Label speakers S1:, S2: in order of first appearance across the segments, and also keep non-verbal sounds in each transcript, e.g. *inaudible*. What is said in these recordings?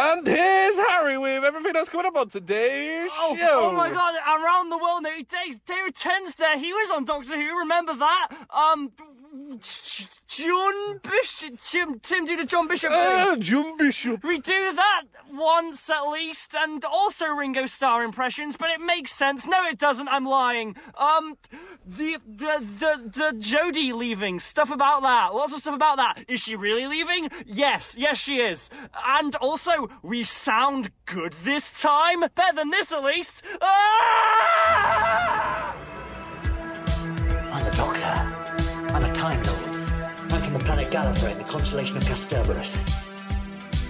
S1: And here's Harry with everything that's coming up on today's
S2: Oh,
S1: show.
S2: oh my god, around the world now. He takes David Tennant's there. He was on Doctor Who, remember that? Um, John Bishop, Tim, Tim Duda, John Bishop.
S1: Ah, Jim Bishop.
S2: We do that once at least, and also Ringo Starr impressions, but it makes sense. No, it doesn't. I'm lying. Um, the the the the Jodie leaving stuff about that. Lots of stuff about that. Is she really leaving? Yes, yes she is. And also, we sound good this time. Better than this at least. Ah!
S3: I'm the Doctor. I'm a Time Lord. I'm from the planet Gallifrey in the constellation of Casterbarus.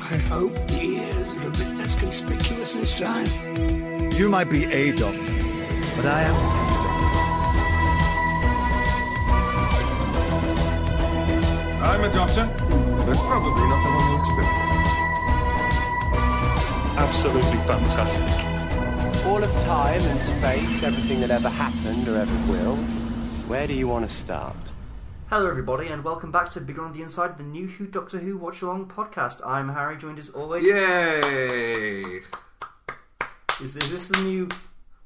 S4: I hope the ears are a bit less conspicuous this time.
S5: You might be a doctor, but I am.
S6: I'm a doctor, but probably not the one you expect. Absolutely fantastic.
S7: All of time and space, everything that ever happened or ever will. Where do you want to start?
S8: Hello, everybody, and welcome back to Big on the Inside, the new Who Doctor Who Watch Along podcast. I'm Harry, joined as always.
S6: Yay!
S8: Is, is this the new?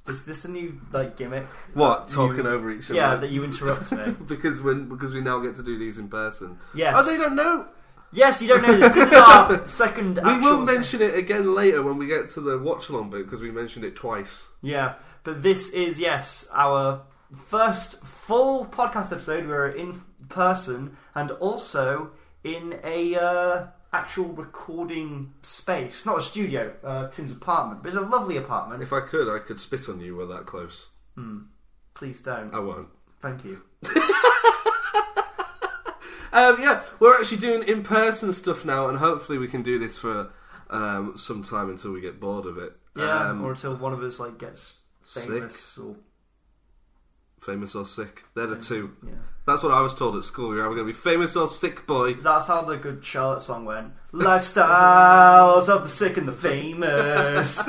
S8: Is this a new like gimmick?
S6: What talking over each other?
S8: Yeah, that you
S6: *laughs*
S8: interrupt me.
S6: because when because we now get to do these in person.
S8: Yes.
S6: Oh, they don't know.
S8: yes, you don't know this. This is
S6: *laughs*
S8: our second.
S6: We
S8: actual-
S6: will mention it again later when we get to the watch along bit because we mentioned it twice.
S8: Yeah, but this is yes our first full podcast episode. We're in person and also in a uh, actual recording space, not a studio, uh, Tim's apartment, but it's a lovely apartment.
S6: If I could, I could spit on you. We're that close.
S8: Please don't.
S6: I won't.
S8: Thank you.
S6: Um, yeah, we're actually doing in person stuff now, and hopefully we can do this for um, some time until we get bored of it.
S8: Yeah,
S6: Um,
S8: or until one of us like gets famous or
S6: famous or sick. They're the two.
S8: yeah.
S6: That's what I was told at school. You're either going to be famous or sick boy.
S8: That's how the good Charlotte song went. Lifestyles of the sick and the famous.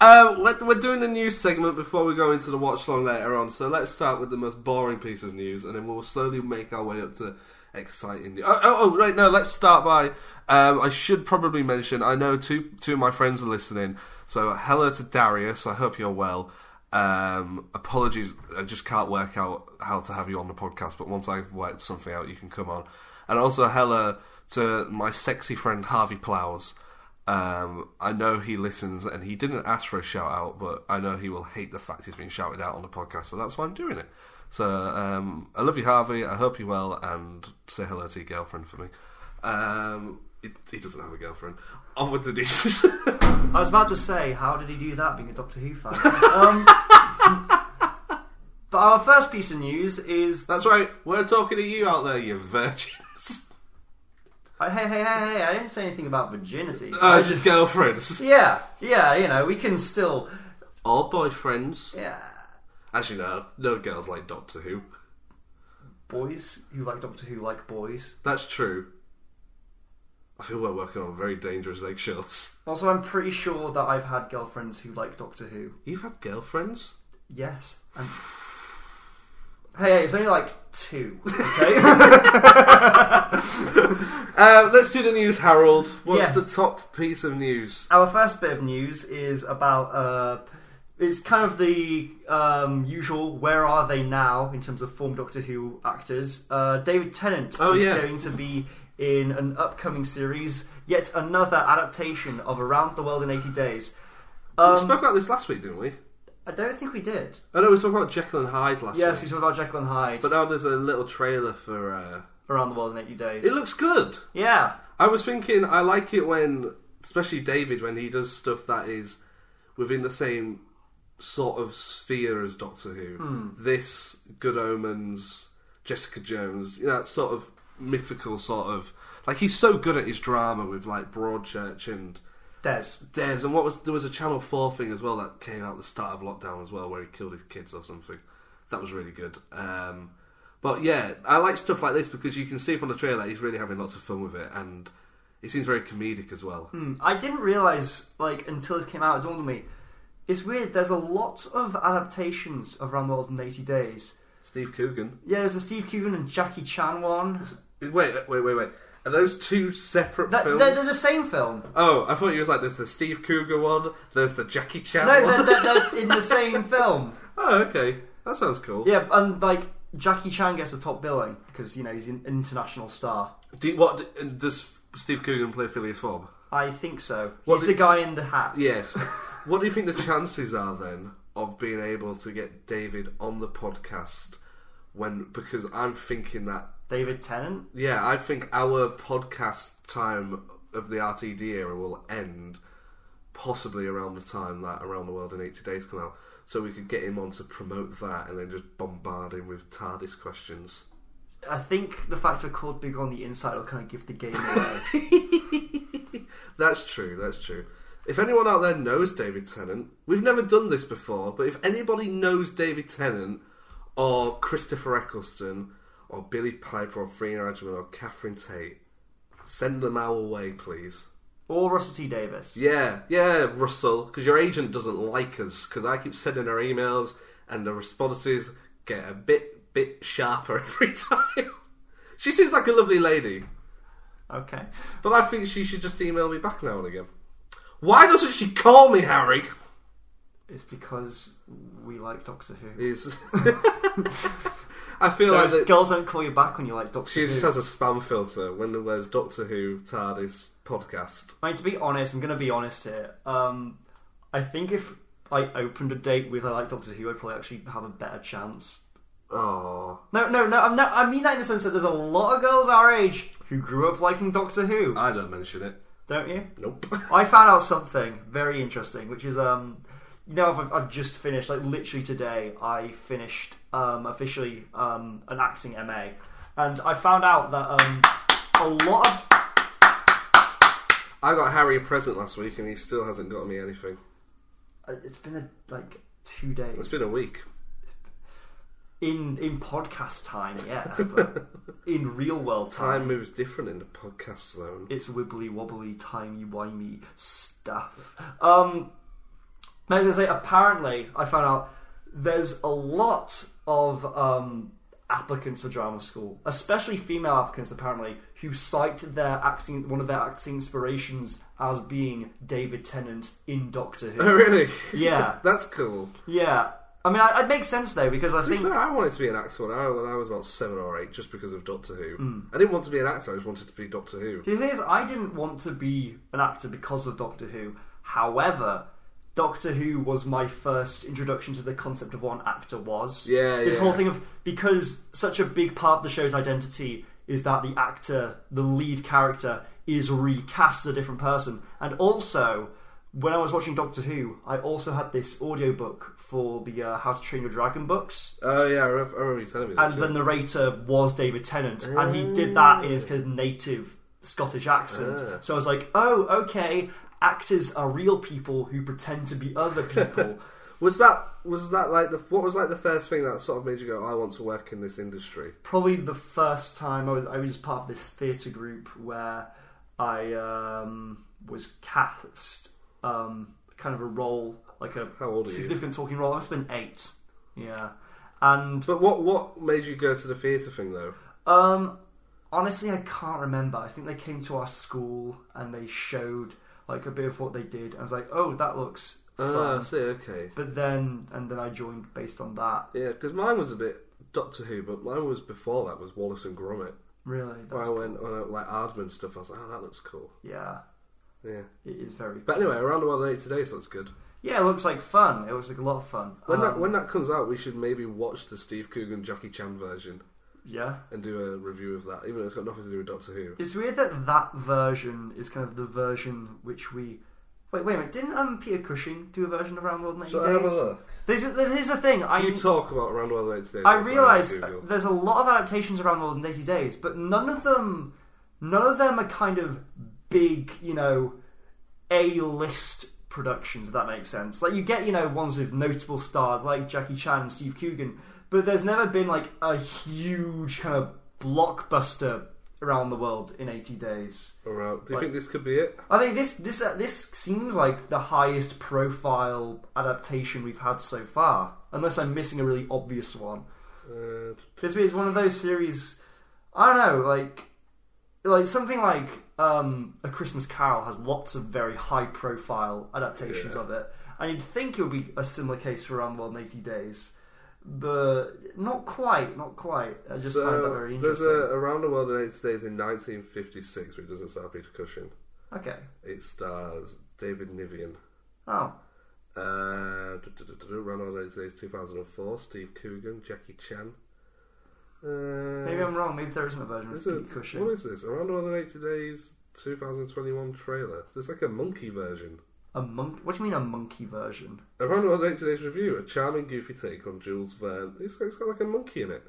S6: Um, we're, we're doing a news segment before we go into the watch long later on. So let's start with the most boring piece of news, and then we'll slowly make our way up to exciting news. Oh, oh, oh right, no, let's start by. Um, I should probably mention. I know two two of my friends are listening. So hello to Darius. I hope you're well. Um, apologies, I just can't work out how to have you on the podcast. But once I've worked something out, you can come on. And also hello to my sexy friend Harvey Plows. Um, I know he listens and he didn't ask for a shout out, but I know he will hate the fact he's been shouted out on the podcast, so that's why I'm doing it. So um, I love you, Harvey. I hope you're well, and say hello to your girlfriend for me. Um, he, he doesn't have a girlfriend. On with the news.
S8: I was about to say, how did he do that being a Doctor Who fan? Um, but our first piece of news is
S6: *laughs* that's right. We're talking to you out there, you virgins.
S8: hey, uh, hey, hey, hey, I didn't say anything about virginity.
S6: Uh, just girlfriends
S8: yeah, yeah, you know, we can still.
S6: or boyfriends.
S8: Yeah.
S6: Actually, no, no girls like Doctor Who.
S8: Boys who like Doctor Who like boys.
S6: That's true. I feel we're working on very dangerous eggshells.
S8: Also, I'm pretty sure that I've had girlfriends who like Doctor Who.
S6: You've had girlfriends.
S8: Yes. I'm... Hey, hey, it's only like two. Okay. *laughs*
S6: Uh, let's do the news, Harold. What's
S8: Yes.
S6: the top piece of news?
S8: Our first bit of news is about. Uh, it's kind of the um, usual. Where are they now in terms of former Doctor Who actors? Uh, David Tennant
S6: Oh,
S8: is
S6: yeah.
S8: going to be in an upcoming series, yet another adaptation of Around the World in Eighty Days.
S6: we
S8: Um,
S6: spoke about this last week, didn't we?
S8: I don't think we did.
S6: I know we spoke about Jekyll and Hyde last
S8: Yes, we
S6: week.
S8: talked about Jekyll and Hyde.
S6: But uh, now there's a little trailer for. Uh...
S8: Around the World in Eighty Days.
S6: It looks good.
S8: yeah.
S6: I was thinking, I like it when, especially David, when he does stuff that is within the same sort of sphere as Doctor Who. This, Good Omens, Jessica Jones, you know, that sort of mythical sort of. Like, he's so good at his drama with, like, Broadchurch and.
S8: Des.
S6: Des, and what was there was a Channel Four thing as well that came out at the start of lockdown as well, where he killed his kids or something. That was really good. Um, but yeah, I like stuff like this because you can see from the trailer he's really having lots of fun with it, and it seems very comedic as well.
S8: I didn't realize like until it came out. It dawned on me. It's weird. There's a lot of adaptations of Around the World in 80 Days.
S6: Steve Coogan.
S8: Yeah, there's a Steve Coogan and Jackie Chan one.
S6: Wait, wait, wait, wait. Are those two separate
S8: That,
S6: films?
S8: they're, they're the same film.
S6: Oh, *laughs* I thought you was like, there's the Steve Cougar one, there's the Jackie Chan
S8: No,
S6: one.
S8: they're, they're, they're in the same film.
S6: *laughs* Oh, okay. That sounds cool.
S8: Yeah, and like Jackie Chan gets a top billing because you know he's an international star.
S6: Do you- what d- does Steve Coogan play Phileas Fogg?
S8: I think so.
S6: Was
S8: he's
S6: it-
S8: the guy in the hat. *laughs*
S6: Yes. *laughs* what do you think the chances are then of being able to get David on the podcast when because I'm thinking that
S8: David Tennant.
S6: yeah, I think our podcast time of the RTD era will end possibly around the time that Around the World in 80 Days come out. So we could get him on to promote that and then just bombard him with TARDIS questions.
S8: I think the fact we're called Big on the Inside will kind of give the game away.
S6: *laughs* That's true, that's true. If anyone out there knows David Tennant, we've never done this before, but if anybody knows David Tennant or Christopher Eccleston or Billy Piper or Free Adjman or Catherine Tate, send them our way, please.
S8: or Russell T Davis.
S6: Yeah, yeah, Russell, because your agent doesn't like us, because I keep sending her emails and the responses get a bit, bit sharper *laughs* every time. she seems like a lovely lady,
S8: Okay.
S6: but I think she should just email me back now and again. Why doesn't she call me, Harry?
S8: It's because we like Doctor Who.
S6: Is *laughs* I feel like
S8: Those
S6: that
S8: girls don't call you back when you like Doctor
S6: she
S8: Who.
S6: just has a spam filter when there was Doctor Who, TARDIS, podcast.
S8: I mean, to be honest, I'm going to be honest here. Um, I think if I opened a date with I like Doctor Who, I'd probably actually have a better chance.
S6: Oh,
S8: No, no, no. I'm not, I mean that in the sense that there's a lot of girls our age who grew up liking Doctor Who,
S6: I don't mention it.
S8: don't you?
S6: Nope. *laughs*
S8: I found out something very interesting, which is um, you know, I've, I've just finished like literally today. I finished um, officially um, an acting MA, and I found out that um, a lot of
S6: I got Harry a present last week and he still hasn't got me anything.
S8: uh, it's been a, like two days.
S6: It's been a week.
S8: in in podcast time, yeah, but in real world time,
S6: Time moves different in the podcast zone. *laughs*
S8: it's wibbly wobbly timey wimey stuff. Um, I was gonna say, apparently, I found out there's a lot of um, applicants for drama school, especially female applicants, apparently, who cite their acting one of their acting inspirations as being David Tennant in Doctor
S6: *laughs* Oh,
S8: Who.
S6: really?
S8: yeah,
S6: That's cool.
S8: yeah. I mean, I, it makes sense though because I
S6: To be
S8: think
S6: fair, I wanted to be an actor when I, when I was about seven or eight, just because of Doctor Who. I didn't want to be an actor; I just wanted to be Doctor Who.
S8: The thing is, I didn't want to be an actor because of Doctor Who. However, Doctor Who was my first introduction to the concept of what an actor was.
S6: Yeah,
S8: This
S6: yeah.
S8: whole thing of because such a big part of the show's identity is that the actor, the lead character, is recast as a different person. And also, when I was watching Doctor Who, I also had this audiobook for the uh, How to Train Your Dragon books
S6: Oh yeah, I remember, I remember you telling me. That
S8: and the narrator was David Tennant, and he did that in his kind of native Scottish accent.
S6: Ah.
S8: So I was like, oh, okay, actors are real people who pretend to be
S6: *laughs*
S8: other people.
S6: Was that was that like the what was like the first thing that sort of made you go, I want to work in this industry?
S8: Probably the first time I was I was part of this theatre group where I um, was cast um, kind of a role like a
S6: How old are you?
S8: significant talking role. I must have been eight, yeah, and
S6: *laughs* But what what made you go to the theatre thing though?
S8: Um, honestly, I can't remember. I think they came to our school and they showed like a bit of what they did. I was like, oh, that looks
S6: Ah,
S8: fun.
S6: I see. Okay,
S8: but then, and then I joined based on that.
S6: yeah, because mine was a bit Doctor Who, but mine was before that was Wallace and Gromit.
S8: Really,
S6: When I
S8: that's
S6: went when I, like Aardman stuff, I was like, oh, that looks cool.
S8: yeah,
S6: Yeah,
S8: it is very.
S6: but anyway, around the world in eight today, so that's good.
S8: yeah, it looks like fun. It looks like a lot of fun.
S6: When that
S8: Um,
S6: when that comes out, we should maybe watch the Steve Coogan Jackie Chan version
S8: yeah.
S6: and do a review of that, even though it's got nothing to do with Doctor Who.
S8: It's weird that that version is kind of the version which we. Wait, wait a minute. Didn't um, Peter Cushing do a version of Around the World in 80
S6: Shall I
S8: Days?
S6: have a look?
S8: There's, a, there's a thing. I,
S6: You talk about around the world in eight today.
S8: I
S6: so
S8: realise
S6: Google.
S8: there's a lot of adaptations around the world in 80 days, but none of them, none of them are kind of big, you know, A-list productions. If that makes sense, like you get, you know, ones with notable stars like Jackie Chan and Steve Coogan, but there's never been like a huge kind of blockbuster around the world in 80 days.
S6: All right. Do you think this could be it?
S8: I think this this uh, this seems like the highest profile adaptation we've had so far, unless I'm missing a really obvious one.
S6: Uh,
S8: Because it's one of those series. I don't know, like like something like um, a Christmas Carol has lots of very high profile adaptations of it, and you'd think it would be a similar case for Around the World in Eighty Days, but not quite, not quite. I just found that very
S6: So there's
S8: interesting.
S6: a Around the World in Eight Days in 1956, which doesn't star Peter Cushing.
S8: Okay.
S6: It stars David Nivian.
S8: Oh,
S6: Uh, du- du- du- du- du, Around the World in Eight Days 2004, Steve Coogan, Jackie Chan. Uh,
S8: maybe I'm wrong. Maybe there isn't a version
S6: This
S8: with
S6: is-
S8: Pete Cushing.
S6: What is this? Around the World in 80 Days 2021 trailer. There's like a monkey version.
S8: A monk? What do you mean a monkey version?
S6: Around the World in 80 Days review, a charming, goofy take on Jules Verne. It's, it's got like a monkey in it.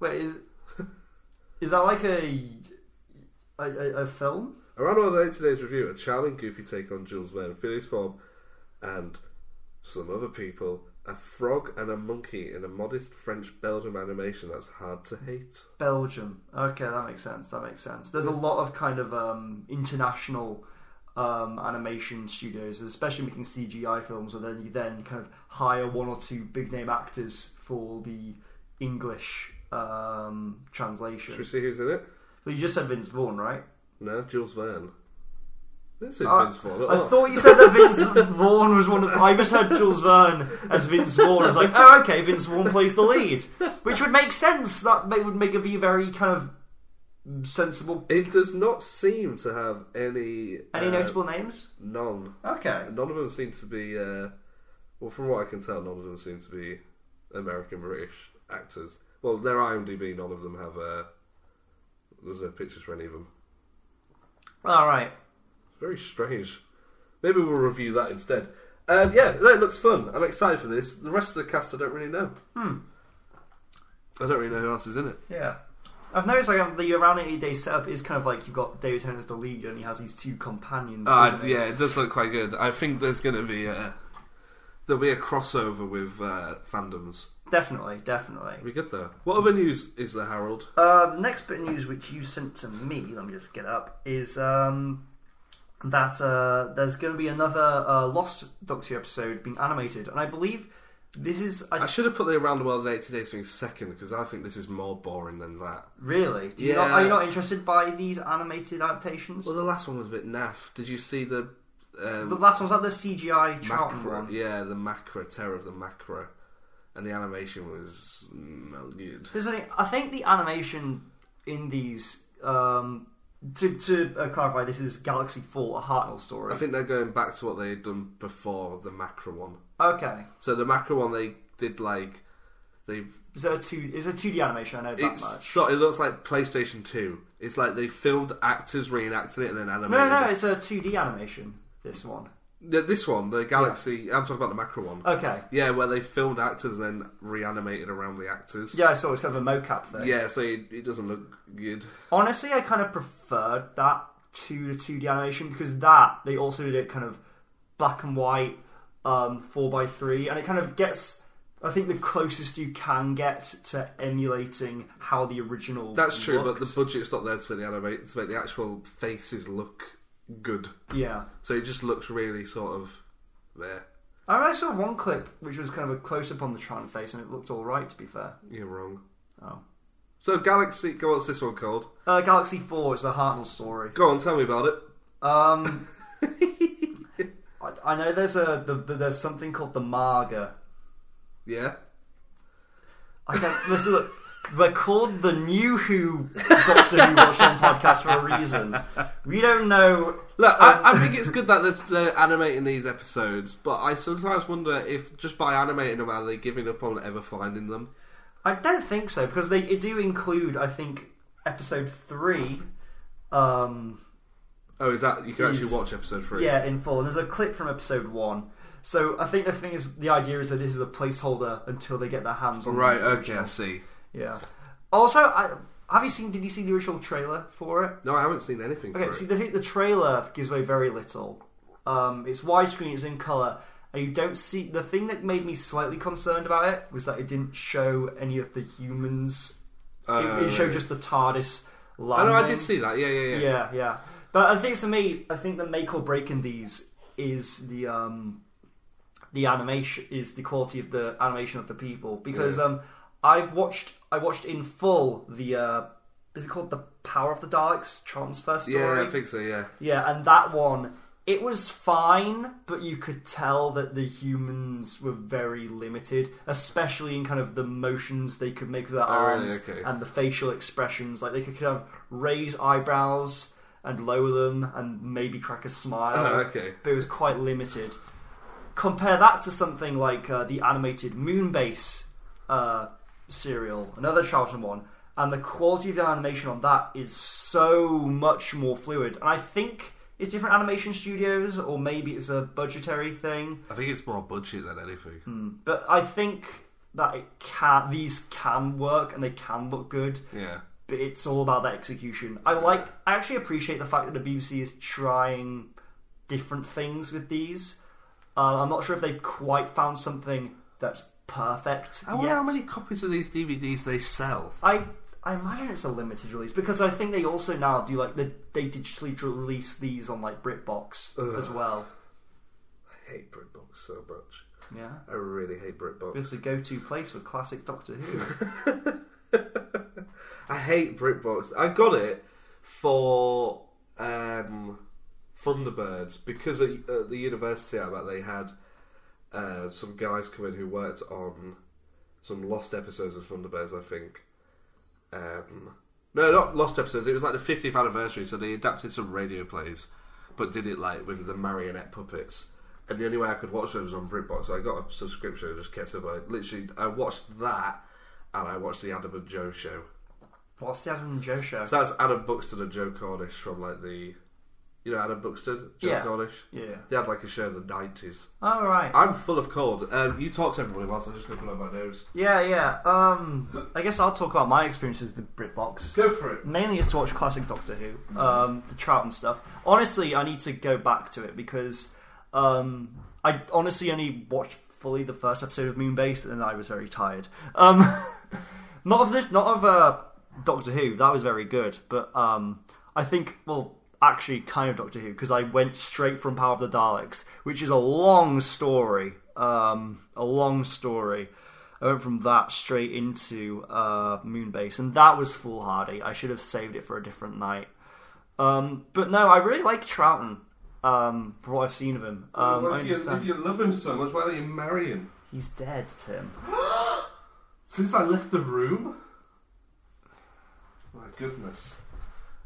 S8: Wait,
S6: *laughs*
S8: is is that like a a, a, a film?
S6: Around the World in 80 Days review, a charming, goofy take on Jules Verne, Phileas Fogg, and some other people. A frog and a monkey in a modest French Belgium animation that's hard to hate.
S8: Belgium. Okay, that makes sense. That makes sense. There's a lot of kind of um, international um, animation studios, especially making CGI films, where then you then kind of hire one or two big name actors for the English um,
S6: Should we
S8: translation.
S6: see who's in it?
S8: But you just said Vince Vaughn, right?
S6: No, Jules Verne. I didn't say
S8: Uh,
S6: Vince Vaughn Oh, at
S8: I
S6: all.
S8: thought you said that Vince Vaughn was one of. I misheard Jules Verne as Vince Vaughn. I was like, oh, okay, Vince Vaughn plays the lead, which would make sense. That ma- would make it be a very kind of sensible.
S6: It does not seem to have any
S8: Any
S6: uh,
S8: notable names?
S6: none.
S8: Okay.
S6: None of them seem to be. Uh, well, from what I can tell, none of them seem to be American British actors. Well, their IMDb, none of them have. Uh, there's no pictures for any of them.
S8: All right.
S6: Very strange. Maybe we'll review that instead. Um, yeah, no, it looks fun. I'm excited for this. The rest of the cast, I don't really know. Hmm. I don't really know who else is in it.
S8: Yeah. I've noticed like um, the around 80 day setup is kind of like you've got David Tennant as the lead and he has these two companions.
S6: Uh,
S8: doesn't he?
S6: yeah, it does look quite good. I think there's going to be a there'll be a crossover with uh, fandoms.
S8: Definitely, definitely.
S6: It'll be good though. What other news is the Herald?
S8: Uh, the next bit of news which you sent to me, let me just get up, is um, that uh, there's going to be another uh, Lost Doctor episode being animated, and I believe this is I,
S6: I should have put the Around the World in 80 Days thing second because I think this is more boring than that.
S8: really. Do you
S6: Yeah.
S8: not, are you not interested by these animated adaptations?
S6: Well, the last one was a bit naff. Did you see the
S8: the
S6: um,
S8: last one's like the CGI Troughton
S6: macro?
S8: one.
S6: Yeah, the macro terror of the macro, and the animation was not good.
S8: Here's the thing, I think the animation in these. Um, to to uh, clarify, this is Galaxy Four, a Hartnell story.
S6: I think they're going back to what they had done before the macro one.
S8: okay,
S6: So the macro one they did like they
S8: is there a two? Is there two D animation? I know that
S6: It's
S8: much.
S6: shot. It looks like PlayStation Two. It's like they filmed actors reenacting it and then animated.
S8: No, no, no,
S6: it.
S8: it's a 2D animation, this one.
S6: No, this one, the Galaxy. I'm talking about the macro one.
S8: Okay.
S6: Yeah, where they filmed actors and then reanimated around the actors.
S8: Yeah, I saw it's kind of a mocap thing.
S6: Yeah, so it, it doesn't look good.
S8: Honestly, I kind of preferred that to the 2D animation because that, they also did it kind of black and white, um, 4x3, and it kind of gets, I think, the closest you can get to emulating how the original.
S6: That's true,
S8: looked.
S6: but the budget's not there to make the animate to make the actual faces look good.
S8: Yeah.
S6: So it just looks really sort of there.
S8: I mean, I saw one clip which was kind of a close up on the Tron face, and it looked alright, to be fair.
S6: You're wrong.
S8: Oh.
S6: So Galaxy, go on, what's this one called?
S8: Uh, Galaxy 4 is a Hartnell story.
S6: Go on, tell me about it. *laughs*
S8: Um, I, I know there's a the, the, there's something called the Marga.
S6: Yeah.
S8: I don't listen. Look, we're called the New Who Doctor Who Watch On podcast for a reason. We don't know.
S6: Look,
S8: Um,
S6: I, I
S8: *laughs*
S6: think it's good that they're, they're animating these episodes, but I sometimes wonder if just by animating them, are they giving up on ever finding them?
S8: I don't think so because they it do include. I think episode three. Um,
S6: Oh, is that you can actually
S8: Yes.
S6: watch episode three?
S8: Yeah, in full. And there's a clip from episode one. So I think the thing is, the idea is that this is a placeholder until they get their hands on. the
S6: Right. Okay.
S8: original.
S6: I see.
S8: Yeah. Also, I, have you seen? Did you see the original trailer for it?
S6: No, I haven't seen anything.
S8: Okay,
S6: for
S8: see,
S6: it.
S8: I think the trailer gives away very little. Um, it's widescreen, it's in color, and you don't see. The thing that made me slightly concerned about it was that it didn't show any of the humans. it,
S6: Uh,
S8: it showed just the TARDIS.
S6: Oh,
S8: Landing.
S6: no, I did see that. Yeah, yeah, yeah.
S8: Yeah, yeah. But I think for me, I think the make or break in these is the um the animation is the quality of the animation of the people because um I've watched I watched in full the uh is it called the Power of the Daleks, Tron's first story.
S6: Yeah, I think so. Yeah,
S8: Yeah, and that one, it was fine, but you could tell that the humans were very limited, especially in kind of the motions they could make with their
S6: Oh, really?
S8: arms
S6: Okay.
S8: and the facial expressions. Like they could kind of raise eyebrows and lower them and maybe crack a smile.
S6: Oh, okay.
S8: But it was quite limited. Compare that to something like uh, the animated Moonbase uh, serial, another Charlton one, and the quality of the animation on that is so much more fluid. And I think it's different animation studios, or maybe it's a budgetary thing.
S6: I think it's more budget than anything.
S8: But I think that it can these can work and they can look good.
S6: Yeah,
S8: But it's all about that execution. I like. I actually appreciate the fact that the BBC is trying different things with these. Uh, I'm not sure if they've quite found something that's perfect.
S6: I wonder
S8: yet.
S6: how many copies of these DVDs they sell.
S8: I I imagine it's a limited release because I think they also now do like they, they digitally dr- release these on like BritBox as well.
S6: I hate BritBox so much.
S8: Yeah,
S6: I really hate BritBox.
S8: it's the go-to place for classic Doctor Who.
S6: I hate BritBox. I got it for um, Thunderbirds because at, at the university I'm at, they had uh, some guys come in who worked on some lost episodes of Thunderbirds, I think. Um, no, not lost episodes. It was like the 50th anniversary, so they adapted some radio plays, but did it like with the marionette puppets. And the only way I could watch those was on BritBox, so I got a subscription and just kept up. I literally, I watched that, and I watched the Adam and Joe show.
S8: What's the Adam and Joe show?
S6: So that's Adam Buxton and Joe Cornish from like the, you know, Adam Buxton, Joe
S8: Yeah.
S6: Cornish.
S8: Yeah.
S6: They had like a show in the nineties.
S8: All right.
S6: I'm full of cold. Um, you talk to everybody whilst I just look on my nose.
S8: Yeah, yeah. Um, I guess I'll talk about my experiences with BritBox.
S6: Go for it.
S8: Mainly is to watch classic Doctor Who, um, the Trout and stuff. Honestly, I need to go back to it because um, I honestly only watched fully the first episode of Moonbase, and I was very tired. Um, *laughs* not of this, not of uh, Doctor Who. That was very good, but um, I think well, actually, kind of Doctor Who because I went straight from Power of the Daleks, which is a long story. Um, a long story. I went from that straight into uh, Moonbase, and that was foolhardy. I should have saved it for a different night. Um, but no, I really like Troughton. Um, for what I've seen of him, um, I
S6: if, you,
S8: understand
S6: if you love him so much, why don't you marry him?
S8: he's dead, Tim.
S6: Since I left the room. My goodness.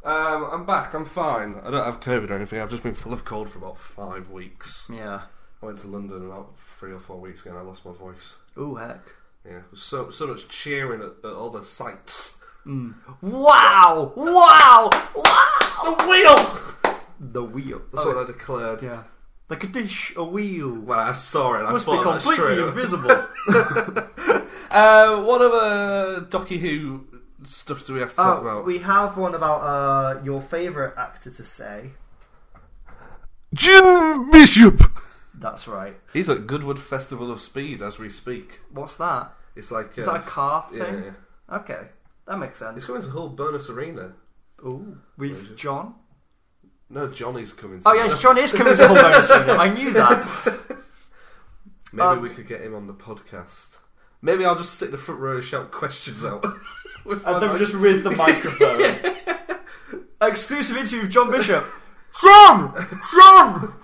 S6: Um, I'm back. I'm fine. I don't have COVID or anything. I've just been full of cold for about five weeks.
S8: Yeah.
S6: I went to London about three or four weeks ago, and I lost my voice.
S8: Ooh, heck.
S6: Yeah, it was so so much cheering at, at all the sights.
S8: Mm. Wow! Wow! Wow!
S6: The wheel.
S8: The wheel.
S6: That's what I declared.
S8: yeah. Like a dish, a wheel.
S6: When I saw it, I
S8: Must be
S6: thought that's
S8: completely
S6: true. *laughs*
S8: invisible.
S6: Uh, what other Docky Who stuff do we have to talk about?
S8: Uh, Oh, we have one about uh, your favourite actor to say.
S6: Jim Bishop.
S8: That's right.
S6: He's at Goodwood Festival of Speed as we speak.
S8: What's that?
S6: It's like
S8: Is
S6: uh,
S8: that a car thing?
S6: Yeah, yeah.
S8: Okay, that makes sense.
S6: It's coming to Hull Burnus Arena.
S8: Ooh, with John.
S6: No, Johnny's coming. To
S8: Oh yes, John is *laughs* coming to whole bonus room. I knew
S6: *laughs*
S8: that.
S6: Maybe
S8: um,
S6: we could get him on the podcast. Maybe I'll just sit in the front row and shout questions out. *laughs* With my mic.
S8: with the microphone. *laughs* Exclusive interview with John Bishop. John, John,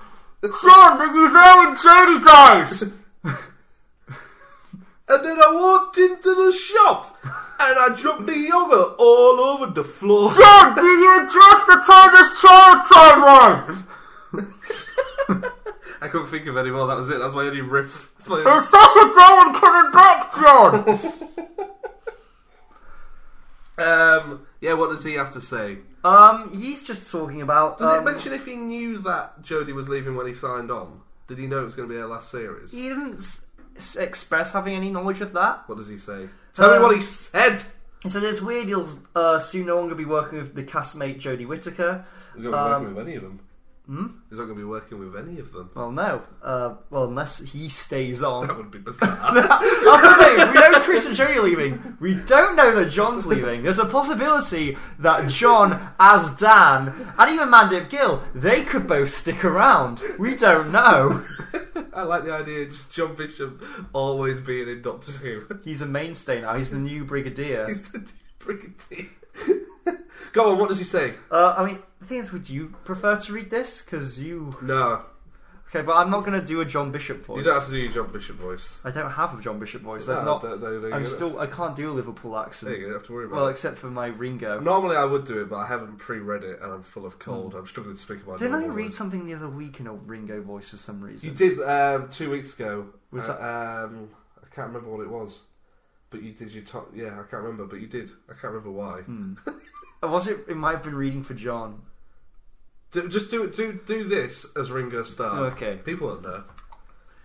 S8: John, are you there when Jody dies?
S6: And then I walked into the shop and I dropped the yogurt all over the floor.
S8: John, do you address the Turner's child timeline?
S6: *laughs* I couldn't think of any more. That was it. That's my only riff. That's my
S8: *laughs* Is Sasha Darwin coming back, *laughs* John?
S6: Um, yeah, what does he have to say?
S8: Um, he's just talking about.
S6: Does
S8: um,
S6: it mention if he knew that Jodie was leaving when he signed on? Did he know it was going to be her last series?
S8: He didn't s- s- express having any knowledge of that.
S6: What does he say? Tell
S8: Um,
S6: me what he said.
S8: He said it's weird he'll uh, soon no longer be working with the castmate Jodie Whittaker.
S6: He's not going to be working with any of them. Hmm? Oh. He's not going to be working with any of them.
S8: Well, no. Uh, well, unless he stays on.
S6: That would be bizarre. *laughs*
S8: That's the thing. We know Chris and Jodie are leaving. We don't know that John's leaving. There's a possibility that John, as Dan, and even Mandip Gill, they could both stick around. We don't know.
S6: I like the idea of just John Bishop always being in Doctor Who. *laughs*
S8: He's a mainstay now. He's the new brigadier.
S6: He's the new brigadier. Go on, what does he say?
S8: Uh, I mean, the thing is, would you prefer to read this? Because you.
S6: No,
S8: Okay, but I'm not going to do a John Bishop voice.
S6: you don't have to do your John Bishop voice.
S8: I don't have a John Bishop voice.
S6: No,
S8: I've not.
S6: don't- no, there you
S8: I'm
S6: go.
S8: still. I can't do a Liverpool
S6: There
S8: accent.
S6: you go, you don't have to worry about
S8: Well,
S6: it.
S8: except for my Ringo.
S6: Normally I would do it, but I haven't pre-read it, and I'm full of cold. I'm struggling to speak about.
S8: Didn't I read something the other week in a Ringo voice for some reason?
S6: You did um, two weeks ago.
S8: Was
S6: Uh, um, I can't remember what it was, but you did your top. Yeah, I can't remember, but you did. I can't remember why.
S8: Or was it? It might have been reading for John.
S6: Do, just do do do this as Ringo Starr.
S8: Okay.
S6: people won't know.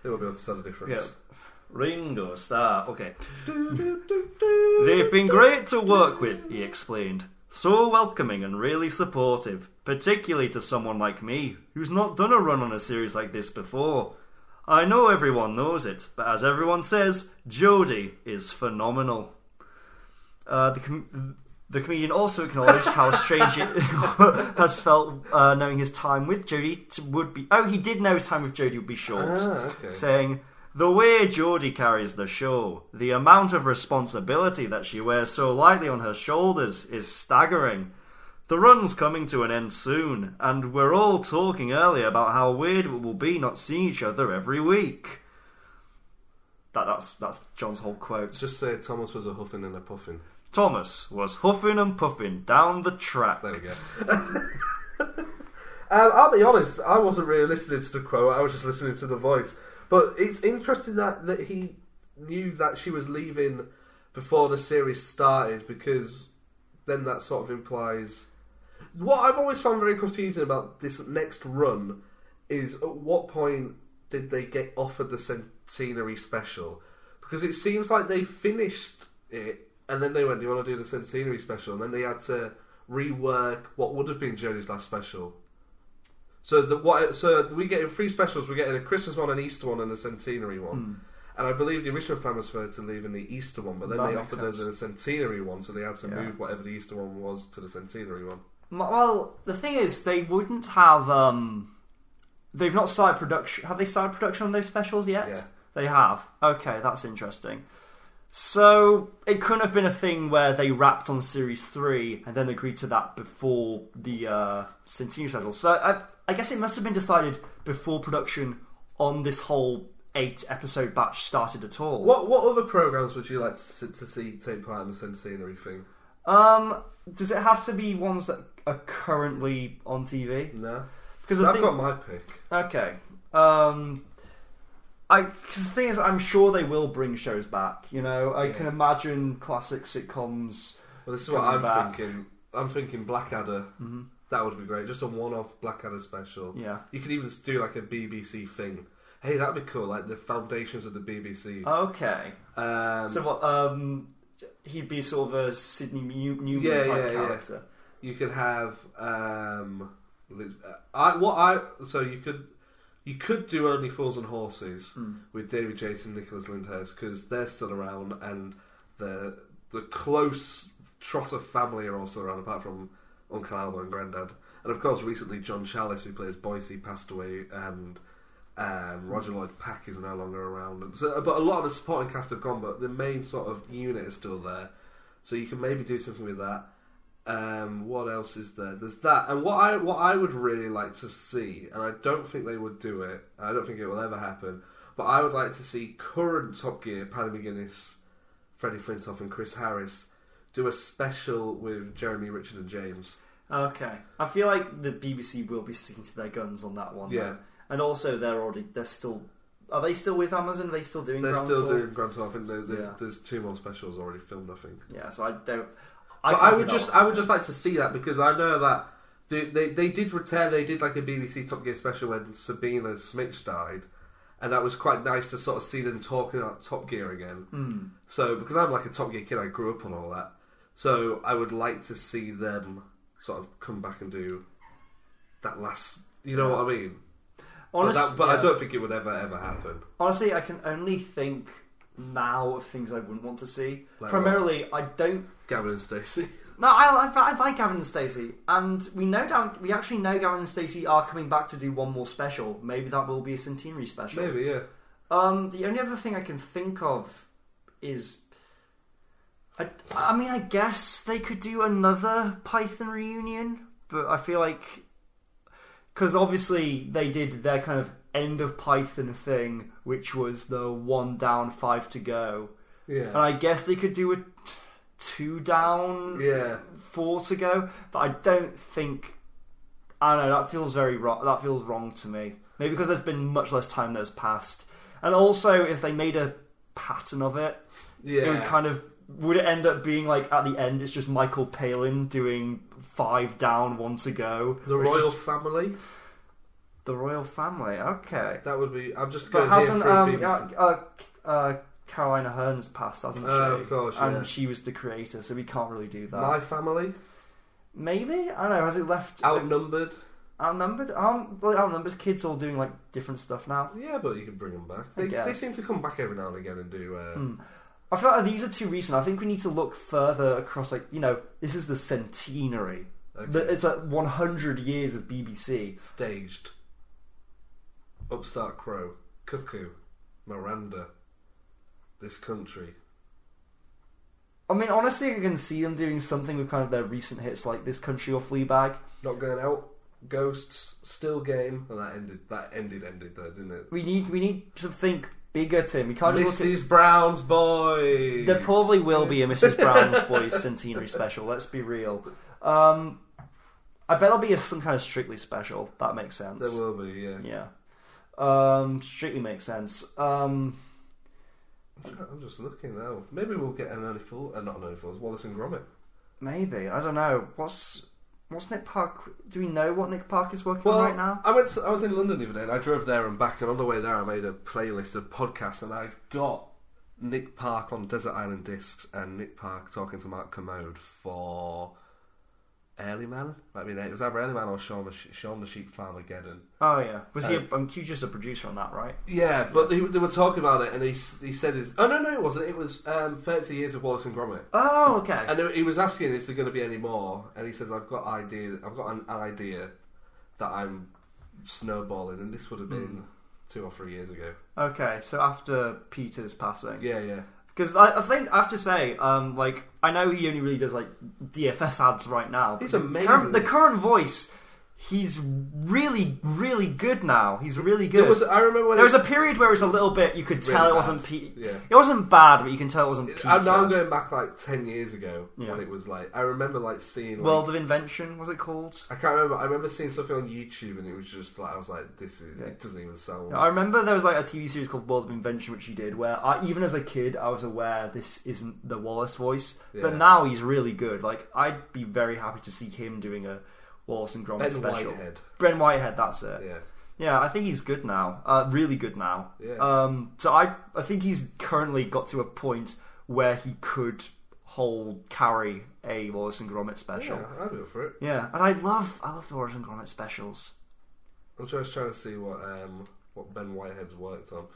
S6: They won't be able to tell the difference.
S8: Ringo Starr. Okay. They've been great to work with, he explained. So welcoming and really supportive, particularly to someone like me, who's not done a run on a series like this before. I know everyone knows it, but as everyone says, Jodie is phenomenal. Uh, the, com- the comedian also acknowledged how strange it *laughs* has felt uh, knowing his time with Jodie t- would be. Oh, he did know his time with Jodie would be short
S6: Ah, okay.
S8: saying, The way Jodie carries the show, the amount of responsibility that she wears so lightly on her shoulders is staggering. The run's coming to an end soon, and we're all talking earlier about how weird it will be not seeing each other every week. That, that's that's John's whole quote.
S6: Just say Thomas was a huffing and a puffing.
S8: Thomas was huffing and puffing down the track.
S6: There we go. um, I'll be honest, I wasn't really listening to the quote, I was just listening to the voice. But it's interesting that, that he knew that she was leaving before the series started because then that sort of implies. What I've always found very confusing about this next run is at what point did they get offered the centenary special? Because it seems like they finished it and then they went, Do you want to do the centenary special? And then they had to rework what would have been Jodie's last special. So the what? So we're getting three specials. We're getting a Christmas one, an Easter one, and a centenary one. And I believe the original plan was for her to leave in the Easter one, but then
S8: Hmm. That
S6: they
S8: makes
S6: offered
S8: sense.
S6: her the centenary one, so they had to
S8: Yeah.
S6: move whatever the Easter one was to the centenary one.
S8: M- Well, the thing is, they wouldn't have. Um, they've not started production. Have they started production on those specials yet?
S6: Yeah.
S8: They have. Okay, that's interesting. So it couldn't have been a thing where they wrapped on series three and then agreed to that before the uh, centenary special. So I, I guess it must have been decided before production on this whole eight episode batch started at all.
S6: What what other programs would you like to, to see take part in the centenary thing?
S8: Um, does it have to be ones that are currently on TV?
S6: No,
S8: Because
S6: I've got my pick.
S8: Okay. Um, I cause the thing is, I'm sure they will bring shows back. You know, I can imagine classic sitcoms.
S6: Well, this is what I'm
S8: Coming back.
S6: thinking. I'm thinking Blackadder. Mm-hmm. That would be great. Just a one-off Blackadder special.
S8: Yeah.
S6: You could even do like a BBC thing. Hey, that'd be cool. Like the foundations of the BBC.
S8: Okay.
S6: Um,
S8: Uh, So what? Um, he'd be sort of a Sydney New- Newman
S6: Yeah,
S8: type
S6: yeah, yeah.
S8: character.
S6: you could have um, li- uh, I what I so you could you could do only fools and horses with David Jason, Nicholas Lyndhurst because they're still around and the the close Trotter family are also around apart from Uncle Albo and Grandad and of course recently John Chalice who plays Boise passed away and. Um, Roger Lloyd Pack is no longer around, and so, but a lot of the supporting cast have gone. But the main sort of unit is still there, so you can maybe do something with that. Um, what else is there? There's that, and what I what I would really like to see, and I don't think they would do it. and I don't think it will ever happen. But I would like to see current Top Gear, Paddy McGuinness, Freddie Flintoff, and Chris Harris do a special with Jeremy, Richard, and James.
S8: Okay. I feel like the BBC will be sticking to their guns on that one.
S6: Yeah.
S8: though. And also, they're already they're still are they still with Amazon? Are they still doing?
S6: They're
S8: Ground
S6: still
S8: Tour?
S6: doing Grand Tour. I think there's,
S8: Yeah.
S6: there's two more specials already filmed. I think.
S8: Yeah. So I don't.
S6: But
S8: can't
S6: I
S8: see
S6: would
S8: that
S6: just
S8: one.
S6: I would just like to see that because I know that they they, they did return they did like a BBC Top Gear special when Sabina Smitch died, and that was quite nice to sort of see them talking about Top Gear again.
S8: Hmm.
S6: Mm. So because I'm like a Top Gear kid, I grew up on all that. So I would like to see them sort of come back and do that last. You know what I mean? But,
S8: Honest-
S6: that, but I
S8: yeah.
S6: don't think it would ever ever happen.
S8: Honestly, I can only think now of things I wouldn't want to see.
S6: Like
S8: Primarily, I don't.
S6: Gavin and Stacey. *laughs*
S8: No, I, I, I like Gavin and Stacey, and we know Dav- we actually know Gavin and Stacey are coming back to do one more special. Maybe that will be a centenary special.
S6: Maybe yeah.
S8: Um, the only other thing I can think of is I, I mean, I guess they could do another Python reunion, but I feel like because obviously they did their kind of end of Python thing, which was the one down, five to go,
S6: Yeah.
S8: and I guess they could do a two down,
S6: yeah.
S8: four to go, but I don't think. I don't know that feels very wrong. That feels wrong to me. Maybe because there's been much less time that's passed, and also if they made a pattern of it, it would
S6: Yeah.
S8: kind of would it end up being like at the end it's just Michael Palin doing five down, one to go.
S6: the
S8: Or it's
S6: royal
S8: just
S6: family.
S8: the royal family. Okay,
S6: That would be. I'm just
S8: but
S6: going here
S8: hasn't
S6: for
S8: um,
S6: BBC.
S8: uh, uh, uh, Carolina Hearn's passed, hasn't she?
S6: Oh, of course, yeah.
S8: And she was the creator, so we can't really do that.
S6: my family
S8: Maybe I don't know. Has it left
S6: outnumbered.
S8: outnumbered? Aren't like, outnumbered kids all doing like different stuff now?
S6: Yeah, but you can bring them back. They, they
S8: guess.
S6: seem to come back every now and again and do. Uh,
S8: I feel like these are too recent. I think we need to look further across. Like you know, this is the centenary. The-
S6: Okay.
S8: It's like 100 years of BBC.
S6: Staged. Upstart Crow. Cuckoo. Miranda. This country.
S8: I mean, honestly, I can see them doing something with kind of their recent hits like This Country or Fleabag.
S6: Not going out. Ghosts. Still game. And that ended. That ended. Ended there, didn't it?
S8: We need we need to think bigger, Tim. We can't just look at.
S6: Mrs. Brown's boy.
S8: There probably will be a Mrs.
S6: *laughs*
S8: Brown's Boys centenary special. Let's be real. Um, I bet there'll be a, some kind of Strictly special. That makes sense.
S6: There will be. Yeah.
S8: Yeah. Um, Strictly makes sense. Um,
S6: I'm just looking now. Maybe we'll get an only fool. Uh, not an only fools. Wallace and Gromit.
S8: maybe I don't know. What's what's Nick Park? Do we know what Nick Park is working
S6: Well, uh,
S8: on right now?
S6: I went. To, I was in London the other day, and I drove there and back. And on the way there, I made a playlist of podcasts, and I got Nick Park on Desert Island Discs and Nick Park talking to Mark Commode for Earlyman. I mean, it was either Earlyman or Sean the, Sh- Sean the Sheep Farmageddon.
S8: Oh yeah, was he? A, um, he was just a producer on that, right?
S6: Yeah, but they, they were talking about it, and he s- he said, his, "Oh no, no, it wasn't. It was um, thirty years of Wallace and Gromit."
S8: Oh okay.
S6: *laughs* And he was asking, "Is there going to be any more?" And he says, "I've got idea. I've got an idea that I'm snowballing, and this would have
S8: Hmm.
S6: been two or three years ago."
S8: Okay, so after Peter's passing,
S6: Yeah, yeah,
S8: because I, I think I have to say, um, like I know he only really does like DFS ads right now. but
S6: He's
S8: the
S6: amazing.
S8: current- the current voice, he's really, really good now. He's really good.
S6: There was. I remember when
S8: There was
S6: it-
S8: a period where it was a little bit. You could tell it
S6: bad.
S8: wasn't. Pe-
S6: Yeah.
S8: It wasn't bad, but you can tell it wasn't. Peter.
S6: I'm now I'm going back like ten years ago
S8: Yeah.
S6: when it was like I remember like seeing like,
S8: World of Invention was it called?
S6: I can't remember. I remember seeing something on YouTube, and it was just like I was like, "This is it doesn't even sound."
S8: I remember there was like a TV series called World of Invention, which he did, where I, even as a kid, I was aware this isn't the Wallace voice. But
S6: Yeah.
S8: now he's really good. Like, I'd be very happy to see him doing a Wallace and Gromit
S6: Ben
S8: special.
S6: Whitehead.
S8: Bren Whitehead, that's it.
S6: Yeah.
S8: Yeah, I think he's good now. Uh, really good now.
S6: Yeah.
S8: Um, so I, I think he's currently got to a point where he could hold, carry a Wallace and Gromit
S6: Yeah,
S8: special.
S6: I'd be up for it.
S8: Yeah, and I love, I love the Wallace and Gromit specials.
S6: I'm just trying to see what um, what Ben Whitehead's worked on.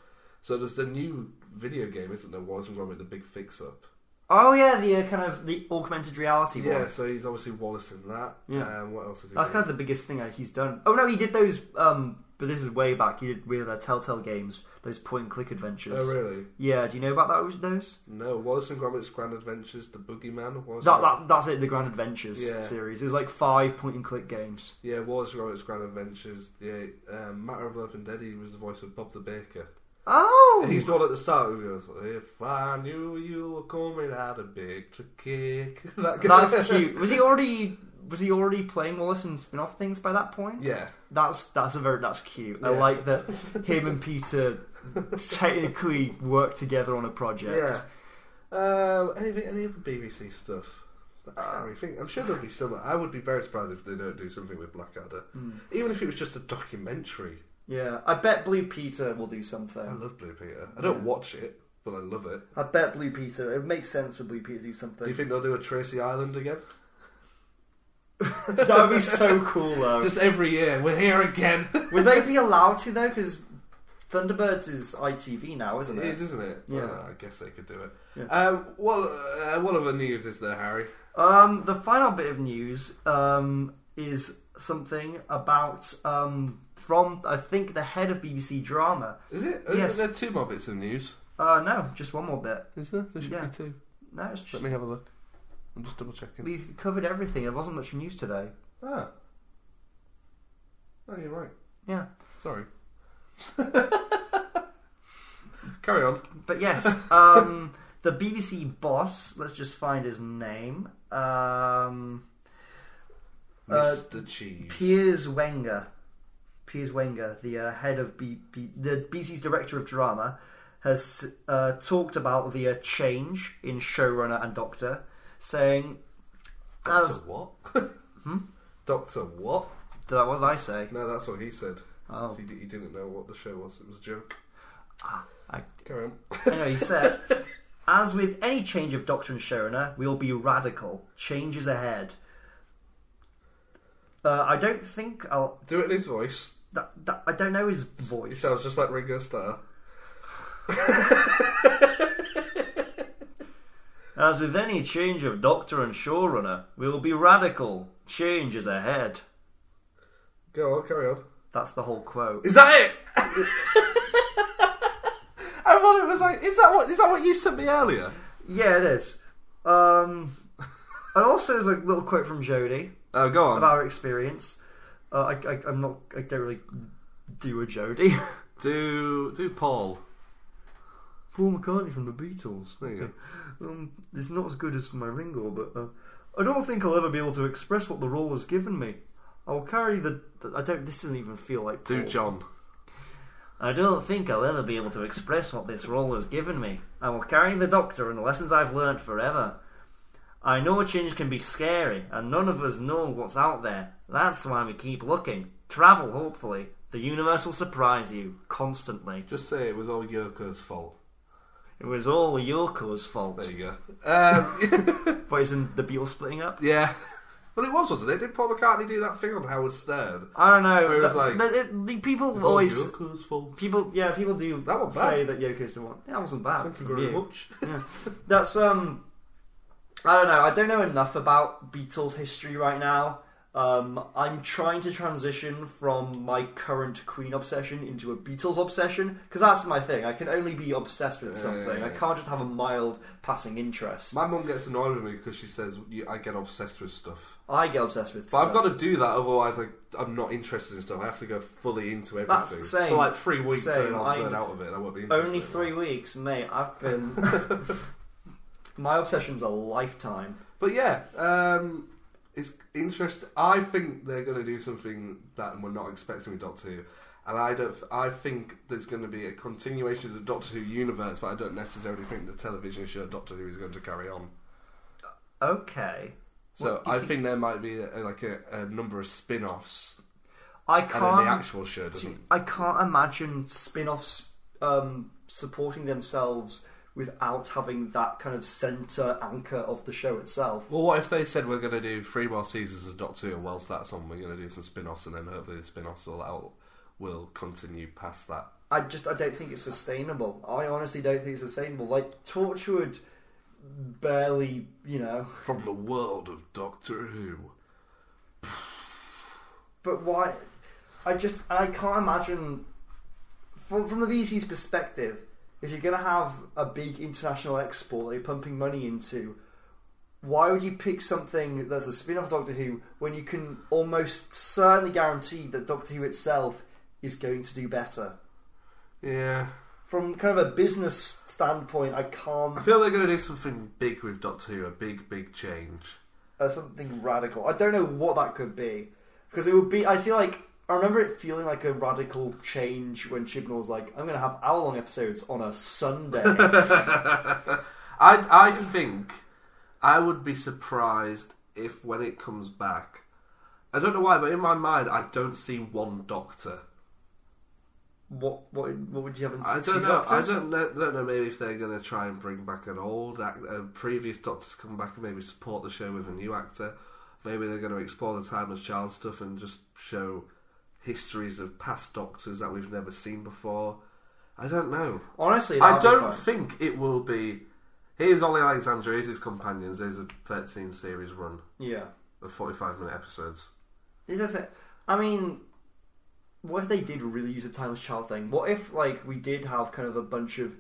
S6: So there's the new video game, isn't there? Wallace and Gromit: The Big Fix Up.
S8: Oh yeah, the uh, kind of the augmented reality one.
S6: Yeah, so he's obviously Wallace in that.
S8: Yeah.
S6: Um, what else is he
S8: That's
S6: doing?
S8: kind of the biggest thing that he's done. Oh no, he did those. Um, but this is way back. He did with uh, Telltale Games those point and click adventures.
S6: Oh, really?
S8: Yeah. Do you know about that? Those?
S6: No, Wallace and Gromit's Grand Adventures, The Boogeyman. Wallace
S8: That,
S6: and Gromit-
S8: that that's it. The Grand Adventures
S6: Yeah.
S8: series. It was like five point and click games.
S6: Yeah, Wallace and Gromit's Grand Adventures. The um, Matter of Life and Dead, he was the voice of Bob the Baker. *laughs*
S8: Oh, *laughs*
S6: He's the one at the start who goes, If I knew you were coming, I'd a big to kick. *laughs* that guy.
S8: that's cute. Was he already? Was he already playing Wallace and spin-off things by that point?
S6: *laughs* Yeah.
S8: That's that's a very that's cute. I
S6: Yeah. *laughs*
S8: like that him and Peter technically work together on a project.
S6: Yeah. Um, any any other BBC stuff? I can't really think. I'm sure there'll be some. I would be very surprised if they don't do something with Blackadder,
S8: Hmm.
S6: even if it was just a documentary.
S8: Yeah, I bet Blue Peter will do
S6: I
S8: something.
S6: love Blue Peter. I don't watch it, but I love it.
S8: I bet Blue Peter. It makes sense for Blue Peter to do
S6: Do you
S8: something.
S6: think they'll do a Tracy Island again?
S8: that would be so cool,
S6: *laughs*
S8: though.
S6: Just every year, we're here
S8: *laughs*
S6: again.
S8: would they be allowed to though? Because Thunderbirds is ITV now, isn't
S6: it
S8: it?
S6: is, isn't it?
S8: Yeah.
S6: Well, I guess they could do it. Um, what uh, what other news is there, Harry?
S8: Um, the final bit of news um, is something about um, from I think the head of BBC Drama.
S6: Is it?
S8: Yes.
S6: Is there two more bits of news?
S8: Uh, no, just one more bit.
S6: Is there? There should
S8: Yeah.
S6: be two.
S8: No, it's just
S6: Let me have a look. I'm just double checking.
S8: we've covered everything. There wasn't much news today.
S6: Ah. Oh, you're right.
S8: Yeah, *laughs*
S6: Sorry. Carry on.
S8: but yes, um, *laughs* the BBC boss. Let's just find his name. Um, uh,
S6: Mr. Cheese.
S8: Piers Wenger, Piers Wenger, the uh, head of B- B- the BBC's director of drama, has uh, talked about the uh, change in showrunner and doctor, saying,
S6: Doctor
S8: as-
S6: what? *laughs*
S8: Hmm?
S6: Doctor what?
S8: "Did I what did I *laughs* say?
S6: No, that's what he said.
S8: Oh. Ah,
S6: He, d- he didn't know what the show was. It was a joke.
S8: I,
S6: Carry on. *laughs*
S8: I know he said." As with any change of doctor and showrunner, we'll be radical. Change is ahead. Uh, I don't think I'll.
S6: Do it in his voice.
S8: That, that, I don't know his
S6: He
S8: voice.
S6: sounds just like Ringo Starr.
S8: As with any change of doctor and showrunner, we will be radical. Change is ahead.
S6: Go on, carry on.
S8: That's the whole quote.
S6: Is *laughs* that it? I thought it was like, is that what is that what you sent me earlier?
S8: Yeah, it is. Um, *laughs* and also, there's a little quote from Jodie
S6: Oh, go on.
S8: of our experience. Uh, I, I, I'm not. I don't really do a Jodie. *laughs*
S6: Do do Paul.
S8: Paul McCartney from the Beatles.
S6: There you go.
S8: *laughs* Um, it's not as good as my Ringo, but uh, I don't think I'll ever be able to express what the role has given me. I'll carry the. I don't. This doesn't even feel like.
S6: Do
S8: Paul.
S6: John.
S8: I don't think I'll ever be able to express what this role has given me. I will carry the Doctor and the lessons I've learned forever. I know change can be scary, and none of us know what's out there. That's why we keep looking. Travel, hopefully. The universe will surprise you constantly.
S6: Just say it was all Yoko's fault.
S8: It was all Yoko's fault.
S6: There you go. Um,
S8: But isn't the Beatles splitting up?
S6: yeah. *laughs* Well, it was, wasn't it? Did Paul McCartney do that thing on Howard Stern?
S8: I don't know.
S6: Where it was
S8: The-
S6: like-
S8: the- it- the people
S6: All
S8: always
S6: Yoko's fault.
S8: people yeah people do
S6: That wasn't
S8: say
S6: bad.
S8: that Yoko's the one. That wasn't bad.
S6: Thank you
S8: from
S6: very
S8: you.
S6: much.
S8: That's um, I don't know. I don't know enough about Beatles history right now. Um, I'm trying to transition from my current Queen obsession into a Beatles obsession because that's my thing. I can only be obsessed with something. I can't just have a mild passing interest.
S6: My mum gets annoyed with me because she says "You- I get obsessed with stuff.
S8: I get obsessed with.
S6: But
S8: stuff.
S6: I've got to do that, otherwise I, I'm not interested in stuff. I have to go fully into
S8: That's
S6: everything
S8: same.
S6: for like three weeks,
S8: Same.
S6: and then I'll
S8: I-
S6: turn out of it. And I won't be interested
S8: only three
S6: anymore.
S8: weeks, mate.
S6: *laughs*
S8: I've been. my obsession's a lifetime.
S6: But yeah, um, it's interesting. I think they're going to do something that we're not expecting with Doctor Who, and I don't. I think there's going to be a continuation of the Doctor Who universe, but I don't necessarily think the television show Doctor Who is going to carry on.
S8: Okay.
S6: So I think there might be a, like a, a number of spin-offs,
S8: I
S6: and
S8: can't.
S6: then the actual show doesn't.
S8: I can't imagine spin-offs um, supporting themselves without having that kind of center anchor of the show itself.
S6: Well, what if they said we're going to do three more seasons of Doctor Who, and whilst that's on, we're going to do some spin-offs, and then hopefully the spin-offs will out will continue past that.
S8: I just I don't think it's sustainable. I honestly don't think it's sustainable. Like Torchwood barely, you know.
S6: From the world of Doctor Who,
S8: But why? I just I can't imagine from from the BBC's perspective. If you're gonna have a big international export that you're pumping money into, why would you pick something that's a spin-off of Doctor Who when you can almost certainly guarantee that Doctor Who itself is going to do better?
S6: yeah.
S8: From kind of a business standpoint, I can't
S6: I feel they're going to do something big with Doctor Who, a big, big change.
S8: uh, something radical. I don't know what that could be because it would be. I feel like I remember it feeling like a radical change when Chibnall was like, "I'm going to have hour-long episodes on
S6: *laughs*
S8: a Sunday."
S6: I, I think I would be surprised if when it comes back, I don't know why, but in my mind, I don't see one Doctor.
S8: what what what would you have in
S6: I
S8: two
S6: don't know. I
S8: doctors?
S6: don't know, don't know. Maybe if they're going to try and bring back an old act, a previous Doctor to come back and maybe support the show with a new actor. Maybe they're going to explore the timeless child stuff and just show histories of past Doctors that we've never seen before. I don't know.
S8: Honestly,
S6: I
S8: that'd be
S6: don't
S8: fun.
S6: think it will be. Here's Ollie Alexander. Here's his companions. There's a 13 series run
S8: yeah,
S6: of 45 minute episodes.
S8: is it? fair- I mean. What if they did really use the timeless child thing? What if like we did have kind of a bunch of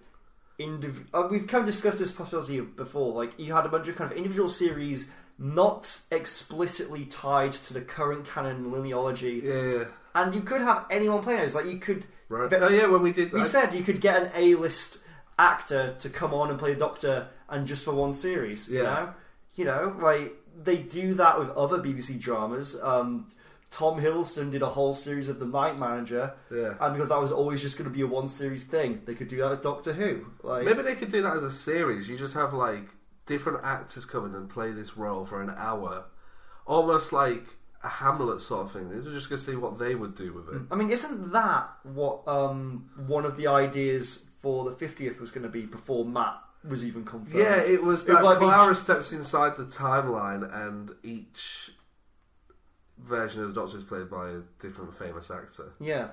S8: indiv- uh, we've kind of discussed this possibility before. Like you had a bunch of kind of individual series not explicitly tied to the current canon lineology,
S6: Yeah.
S8: and you could have anyone playing those. Like you could.
S6: Right.
S8: But-
S6: oh yeah, when we did.
S8: We
S6: I-
S8: said you could get an A-list actor to come on and play the Doctor, and just for one series.
S6: Yeah.
S8: You know, you know, like they do that with other BBC dramas. Um, Tom Hiddleston did a whole series of The Night Manager,
S6: Yeah.
S8: and because that was always just going to be a one series thing, they could do that with Doctor Who. Like,
S6: Maybe they could do that as a series. You just have like different actors come in and play this role for an hour, almost like a Hamlet sort of thing. They're just going to see what they would do with it.
S8: I mean, isn't that what um, one of the ideas for the fiftieth was going to be before Matt was even confirmed?
S6: Yeah, it was
S8: It
S6: that
S8: might be
S6: Clara steps inside the timeline, and each version of the Doctor is played by a different famous actor.
S8: yeah.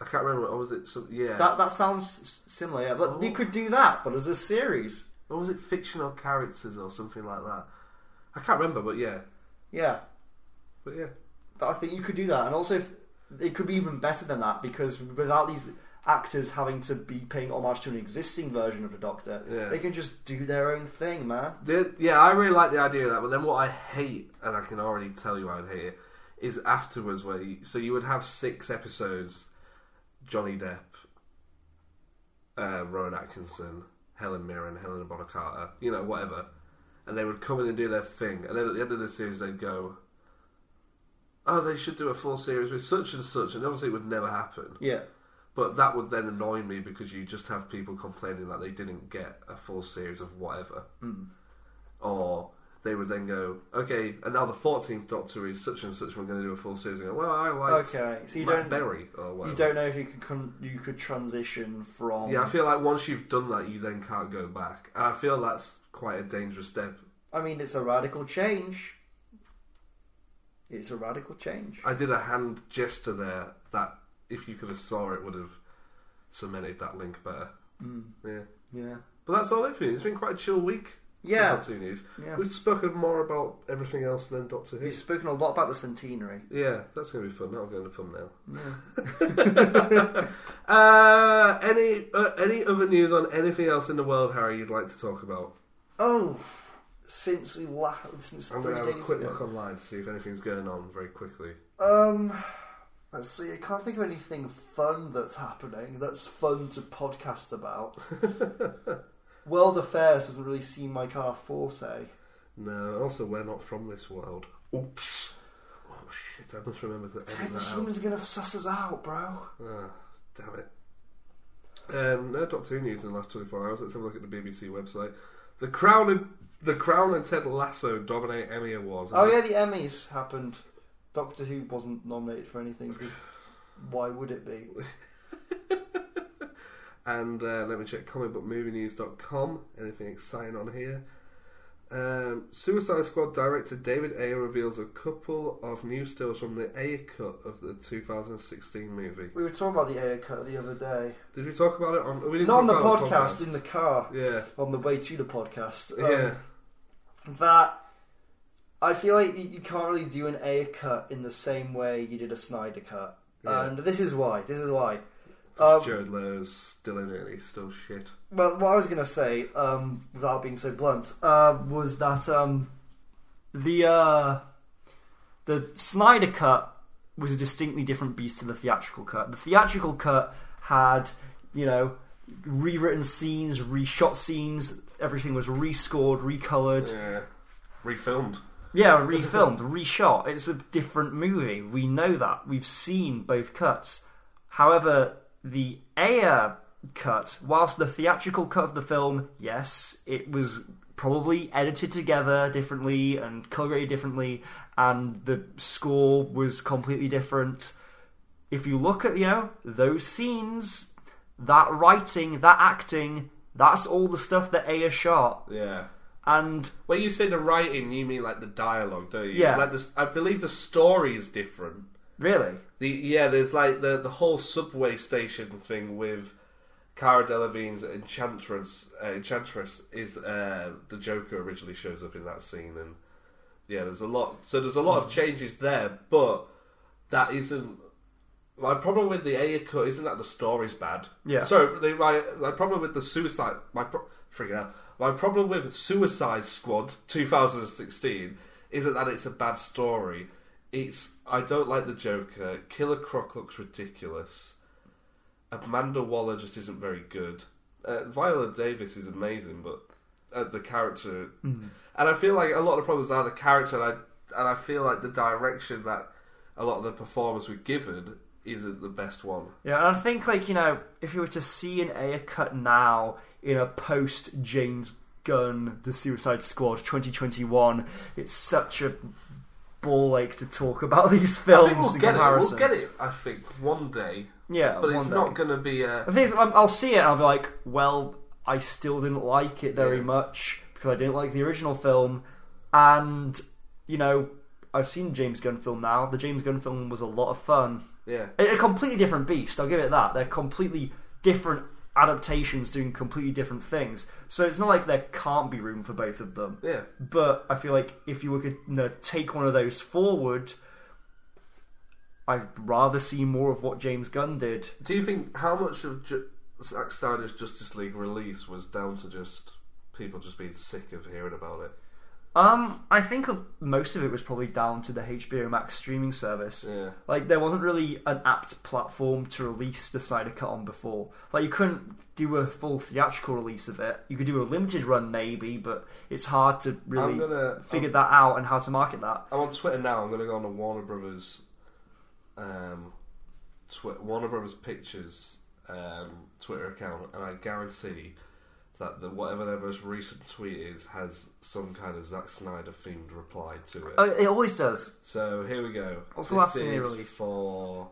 S6: I can't remember. Or was it? Some, yeah.
S8: That that sounds s- similar. Yeah. But
S6: Oh.
S8: you could do that, but as a series.
S6: or was it fictional characters or something like that? I can't remember, but yeah,
S8: Yeah,
S6: but yeah.
S8: but I think you could do that, and also if, it could be even better than that because without these actors having to be paying homage to an existing version of the Doctor,
S6: Yeah.
S8: they can just do their own thing, man.
S6: The, yeah, I really like the idea of that, but then what I hate, and I can already tell you I'd hate it, is afterwards where you, so you would have six episodes: Johnny Depp, uh, Rowan Atkinson, Helen Mirren, Helena Bonham Carter, you know, whatever, and they would come in and do their thing, and then at the end of the series they'd go, "Oh, they should do a full series with such and such," and obviously it would never happen.
S8: Yeah,
S6: But that would then annoy me because you just have people complaining that they didn't get a full series of whatever.
S8: Hmm.
S6: Or they would then go, okay, and now the 14th Doctor is such and such, we're going to do a full series. And go, well, I like
S8: Okay, so you don't-
S6: Berry or whatever.
S8: you don't know if you could con- you could transition from.
S6: Yeah, I feel like once you've done that, you then can't go back. And I feel that's quite a dangerous step.
S8: I mean, it's a radical change. It's a radical change.
S6: I did a hand gesture there that if you could have saw it, would have cemented that link better.
S8: Hmm.
S6: Yeah.
S8: Yeah.
S6: But that's all it for me. It's been quite a chill week. for
S8: Yeah.
S6: Doctor Who news.
S8: Yeah.
S6: We've spoken more about everything else than Doctor Who.
S8: We've spoken a lot about the centenary.
S6: Yeah, that's going to be fun. That'll go in the thumbnail. *laughs* uh, any uh, any other news on anything else in the world, Harry? You'd like to talk about?
S8: Oh, since we la- since
S6: I'm
S8: three
S6: going to have a
S8: days
S6: quick
S8: ago.
S6: look online to see if anything's going on very quickly.
S8: Um, let's see. I can't think of anything fun that's happening that's fun to podcast *laughs* about. World affairs doesn't really seem like our forte.
S6: No. Also, we're not from this world. Oops. Oh shit! I must remember to edit that out.
S8: Human's gonna suss us out, bro.
S6: Ah, damn it. Um, no Doctor Who news in the last 24 hours. Let's have a look at the BBC website. The Crown and The Crown and Ted Lasso dominate Emmy awards.
S8: Oh yeah, the Emmys happened. Doctor Who wasn't nominated for anything because why would it be?
S6: And uh, let me check comicbookmovienews.com. Anything exciting on here? Um, Suicide Squad director David Ayer reveals a couple of new stills from the Ayer cut of the 2016 movie.
S8: We were talking about the air cut the other day.
S6: Did we talk about it on? We didn't
S8: Not on the
S6: talk about it
S8: podcast, in the car.
S6: Yeah,
S8: On the way to the podcast. Um,
S6: yeah.
S8: that I feel like you, you can't really do an A cut in the same way you did a Snyder cut,
S6: Yeah.
S8: and this is why. This is why. Um,
S6: Jared Leto's still in it. and He's still shit.
S8: well, what I was gonna say, um, without being so blunt, uh, was that um, the uh, the Snyder cut was a distinctly different beast to the theatrical cut. The theatrical cut had, you know, rewritten scenes, reshot scenes. Everything was rescored, recolored.
S6: Yeah. Refilmed.
S8: Yeah, refilmed, reshot. It's a different movie. We know that. We've seen both cuts. However, the Ayer cut, whilst the theatrical cut of the film, yes, it was probably edited together differently and colorated differently, and the score was completely different. If you look at, you know, those scenes, that writing, that acting, that's all the stuff that Ayer shot.
S6: Yeah.
S8: And
S6: When you say the writing, you mean like the dialogue, don't you?
S8: Yeah.
S6: Like the, I believe the story is different.
S8: really,
S6: The yeah, there's like the the whole subway station thing with Cara Delevingne's enchantress. Uh, enchantress is uh, the Joker originally shows up in that scene, and yeah, there's a lot. So there's a lot of changes there, but that isn't My problem with the A cut isn't that the story's bad.
S8: Yeah.
S6: So the, my my problem with the suicide my pro- figure out my problem with Suicide Squad 2016 isn't that it's a bad story. It's I don't like the Joker. Killer Croc looks ridiculous. Amanda Waller just isn't very good. Uh, Viola Davis is amazing, but uh, the character,
S8: Hmm.
S6: and I feel like a lot of the problems are the character, and I and I feel like the direction that a lot of the performers were given isn't the best one.
S8: Yeah, and I think like you know, if you were to see an air cut now in a post James Gunn, The Suicide Squad, 2021, it's such a ball ache to talk about *laughs* these
S6: I
S8: films
S6: think we'll
S8: in
S6: get it.
S8: comparison.
S6: We'll get it. I think one day,
S8: Yeah,
S6: but it's
S8: one
S6: not
S8: day.
S6: going to be uh, a.
S8: *laughs* The thing is, I'm- I'll see it and I'll be like, well, I still didn't like it very
S6: Yeah.
S8: much because I didn't like the original film. And, you know, I've seen James Gunn film now. The James Gunn film was a lot of fun.
S6: Yeah.
S8: A a completely different beast, I'll give it that. They're completely different adaptations doing completely different things. So it's not like there can't be room for both of them.
S6: Yeah.
S8: But I feel like if you were to you know, take one of those forward, I'd rather see more of what James Gunn did.
S6: Do you think how much of Ju- Zack Snyder's Justice League release was down to just people just being sick of hearing about it?
S8: Um, I think of- most of it was probably down to the HBO Max streaming service.
S6: Yeah.
S8: Like there wasn't really an apt platform to release the Snyder Cut on before. Like you couldn't do a full theatrical release of it. You could do a limited run maybe, but it's hard to really
S6: I'm gonna-
S8: figure
S6: I'm-
S8: that out and how to market that.
S6: I'm on Twitter now. I'm going to go on to Warner Brothers, um, tw- Warner Brothers Pictures um, Twitter account, and I guarantee that the, whatever their most recent tweet is has some kind of Zack Snyder themed reply to it.
S8: Oh, it always does.
S6: So here we go.
S8: Also
S6: this
S8: last thing they
S6: is
S8: released.
S6: for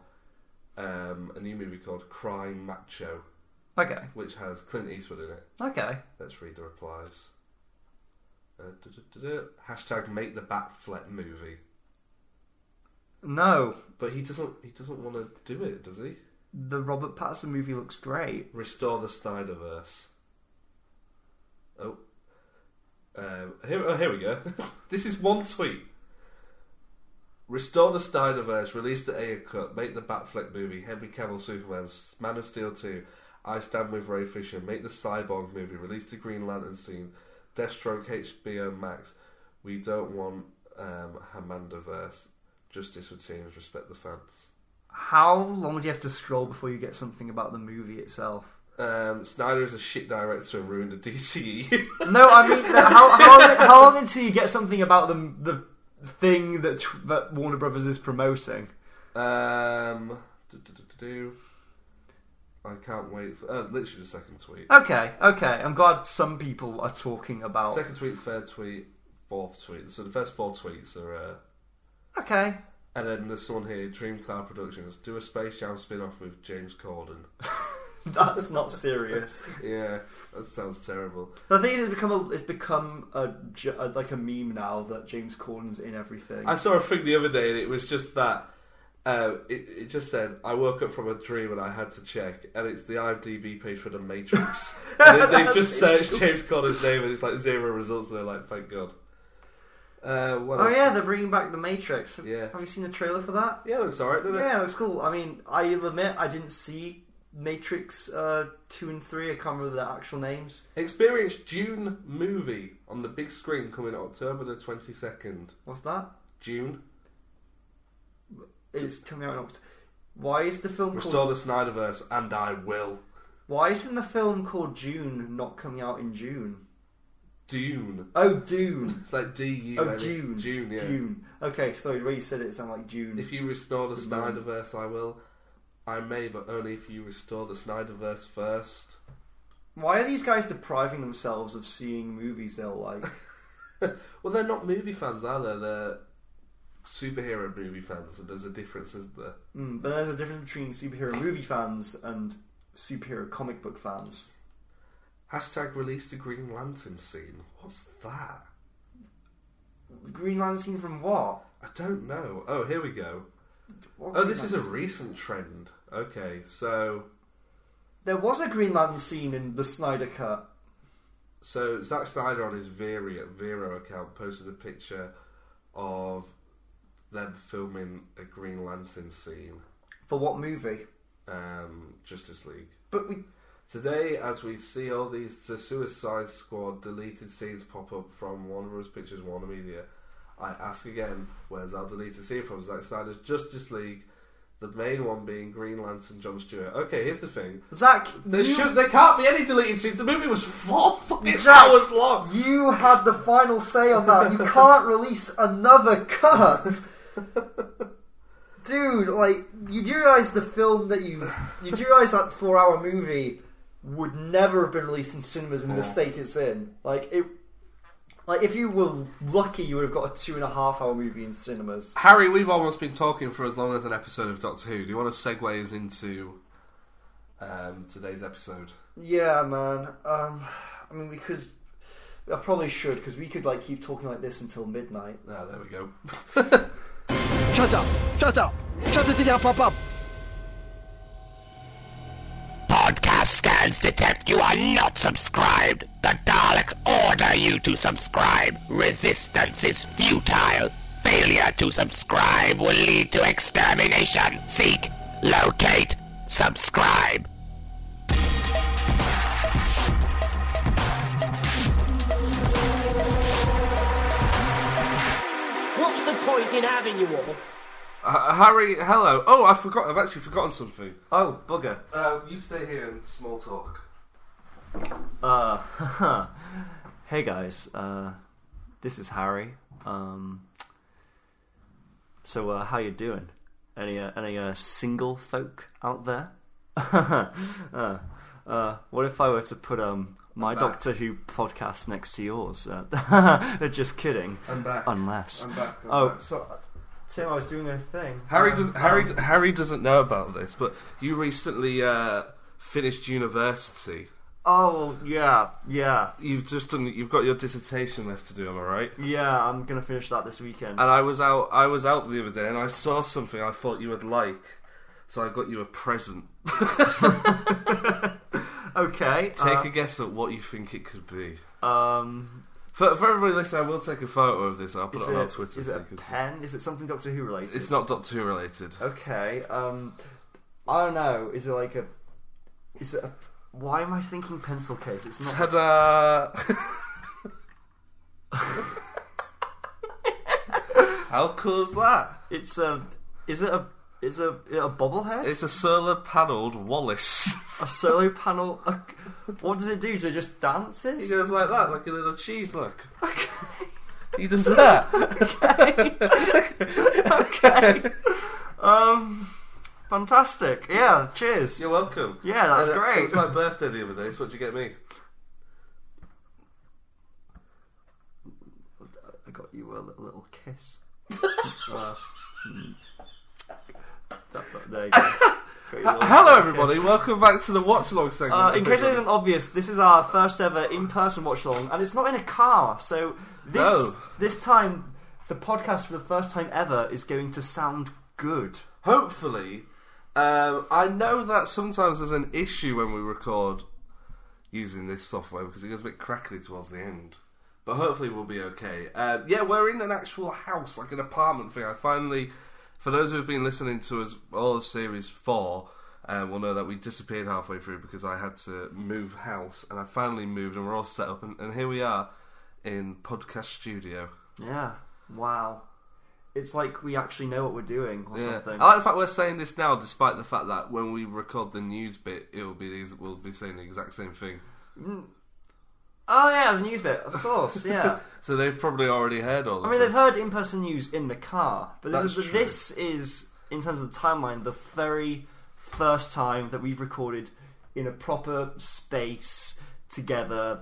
S6: um, a new movie called Crime Macho,
S8: Okay.
S6: which has Clint Eastwood in it.
S8: Okay.
S6: Let's read the replies. Uh, du-du-du-du. Hashtag make the Batfleck movie.
S8: No,
S6: But he doesn't. He doesn't want to do it, does he?
S8: the Robert Patterson movie looks great.
S6: Restore the Snyderverse. Oh, um, here, oh, here we go. *laughs* this is one tweet. Restore the Snyderverse. Release the Ayer cut. Make the Batfleck movie. Henry Cavill Superman. Man of Steel two. I Stand with Ray Fisher. Make the Cyborg movie. Release the Green Lantern scene. Deathstroke HBO Max. We don't want um, Hamandaverse. Justice with teams. Respect the fans.
S8: How long do you have to scroll before you get something about the movie itself?
S6: Um, Snyder is a shit director and ruined the E. DCE.
S8: No, I mean, no, how, how, how long until you get something about the the thing that tw- that Warner Brothers is promoting?
S6: *laughs* um, do, do, do, do, do. I can't wait for. Uh, literally the second tweet.
S8: Okay, okay, I'm glad some people are talking about.
S6: Second tweet, third tweet, fourth tweet. So the first four tweets are. Uh,
S8: Okay,
S6: and then there's someone here, Dream Cloud Productions, do a Space Jam spin off with James Corden. *laughs*
S8: that's not serious.
S6: yeah, that sounds terrible.
S8: the thing is, it's become a, it's become a, ju- a- like a meme now that James Corden's in everything.
S6: I saw a thing the other day, and it was just that. Uh, it, it just said, "I woke up from a dream and I had to check," and it's the IMDb page for The
S8: *laughs*
S6: Matrix. and they- they've just searched James Connor's name, and it's like zero results. And they're like, "Thank God." Uh, what
S8: oh
S6: else?
S8: yeah, they're bringing back the Matrix. Have-
S6: Yeah.
S8: have you seen the trailer for that?
S6: yeah, looks alright, doesn't it?
S8: Yeah, it was cool. I mean, I admit I didn't see Matrix uh, two and three. I can't remember their actual names.
S6: Experience June movie on the big screen coming October the twenty second.
S8: What's that?
S6: June.
S8: It's coming out in October. Why is the film
S6: Restore
S8: called?
S6: the Snyderverse, and I will.
S8: Why isn't the film called June not coming out in June?
S6: Dune.
S8: Oh,
S6: *laughs*
S8: Dune.
S6: Like D U.
S8: Oh, June.
S6: June. Yeah.
S8: Dune. Okay, sorry. The way you said it, it sounded like June.
S6: If you restore the Snyderverse, I will. I may, but only if you restore the Snyderverse first.
S8: Why are these guys depriving themselves of seeing movies they'll
S6: *laughs*
S8: like?
S6: Well, they're not movie fans, are they? They're superhero movie fans, and there's a difference, isn't there?
S8: mm, but there's a difference between superhero movie fans and superhero comic book fans.
S6: Hashtag release the Green Lantern scene. What's that?
S8: Green Lantern from what?
S6: I don't know. Oh, here we go.
S8: What
S6: Oh,
S8: Green
S6: this is a
S8: Lantern?
S6: recent trend. Okay, so
S8: There was a Green Lantern scene in the Snyder Cut.
S6: So Zack Snyder on his Vera Vero account posted a picture of them filming a Green Lantern scene.
S8: For what movie?
S6: Um, Justice League.
S8: But we.
S6: Today, as we see all these the Suicide Squad deleted scenes pop up from Warner Bros. Pictures, Warner Media, I ask again, where's our deleted scene from Zack Snyder's Justice League? The main one being Green Lantern, John Stewart. Okay, here's the thing:
S8: Zach,
S6: there
S8: you,
S6: should there can't be any deleted scenes. The movie was four fucking
S8: Jack,
S6: hours long.
S8: you had the final say on that. You can't release another cut. Dude, like, you do realise the film that you. You do realise that four hour movie would never have been released in cinemas in the state it's in. Like, it. Like, if you were lucky, you would have got a two and a half hour movie in cinemas.
S6: Harry, we've almost been talking for as long as an episode of Doctor Who. Do you want to segue us into um, today's episode?
S8: Yeah, man. Um, I mean, we could. I probably should, because we could, like, keep talking like this until midnight.
S6: Ah, there we go. *laughs*
S5: Shut up! Shut up! Shut it up, up, up!
S9: Podcast scans detect you are not subscribed. The Daleks order you to subscribe. Resistance is futile. Failure to subscribe will lead to extermination. Seek, locate, subscribe.
S2: What's the point in having you all?
S6: Uh, Harry, hello. Oh, I forgot. I've actually forgotten something.
S8: Oh, bugger.
S6: Uh, you stay here and small talk.
S8: Uh, *laughs* hey guys, uh, this is Harry. Um, so uh, how you doing? Any uh, any uh, single folk out there? *laughs* uh, uh, what if I were to put um my Doctor Who podcast next to yours? Uh, *laughs* just kidding.
S6: I'm back.
S8: Unless
S6: I'm back. I'm
S8: oh,
S6: back.
S8: so Tim, I was doing a thing.
S6: Harry,
S8: Um,
S6: does, Harry, Harry doesn't know about this, but you recently uh, finished university.
S8: Oh yeah, yeah,
S6: You've just done. You've got your dissertation left to do. Am I right?
S8: yeah. I'm gonna finish that this weekend. Uh,
S6: And I was out. I was out the other day, and I saw something I thought you would like, so I got you a present.
S8: okay.
S6: Take a guess at what you think it could be.
S8: uh, um.
S6: For, for everybody listening, I will take a photo of this. I'll put
S8: Is
S6: it on
S8: it-
S6: our Twitter.
S8: Is
S6: so
S8: it
S6: you
S8: a
S6: can see.
S8: pen? Is it something Doctor Who related?
S6: It's not Doctor Who related.
S8: Okay. Um, I don't know. Is it like a? Is it a? Why am I thinking pencil case? It's not.
S6: Ta-da! How cool is that?
S8: It's a. Is it a? Is a a bobblehead?
S6: It's a solar panelled Wallace.
S8: a solo panel? A, what does it do? Do it just dances?
S6: He goes like that, like a little cheese look. He does that.
S8: Um, fantastic. Yeah. Cheers.
S6: You're welcome.
S8: Yeah, that's
S6: And, uh,
S8: great.
S6: It was my birthday the other day, so what'd you get me?
S8: I got you a li- little
S6: *laughs*
S8: kiss. Uh, mm. That-
S6: *laughs*
S8: that- there you go. Got you a little-
S6: Hello, everybody. Welcome back to the Watch Log segment.
S8: Uh, in case it isn't obvious, this is our first ever in-person watch along, and it's not in a car. So this
S6: No.
S8: this time, the podcast for the first time ever is going to sound good.
S6: hopefully, um, I know that sometimes there's an issue when we record using this software because it goes a bit crackly towards the end. But hopefully, we'll be okay. Um, yeah, we're in an actual house, like an apartment thing. I finally, for those who have been listening to us all of series four, uh, will know that we disappeared halfway through because I had to move house, and I finally moved, and we're all set up, and, and here we are in podcast studio.
S8: Yeah. Wow. It's like we actually know what we're doing or
S6: Yeah.
S8: something.
S6: I like the fact we're saying this now, despite the fact that when we record the news bit, it'll be these- we'll be saying the exact same thing.
S8: oh yeah, the news bit.
S6: *laughs*
S8: Of course. Yeah.
S6: So they've probably already heard all.
S8: I
S6: of
S8: mean, they've
S6: this.
S8: heard in-person news in the car, but this
S6: That's
S8: is
S6: true.
S8: this is in terms of the timeline the very first time that we've recorded in a proper space together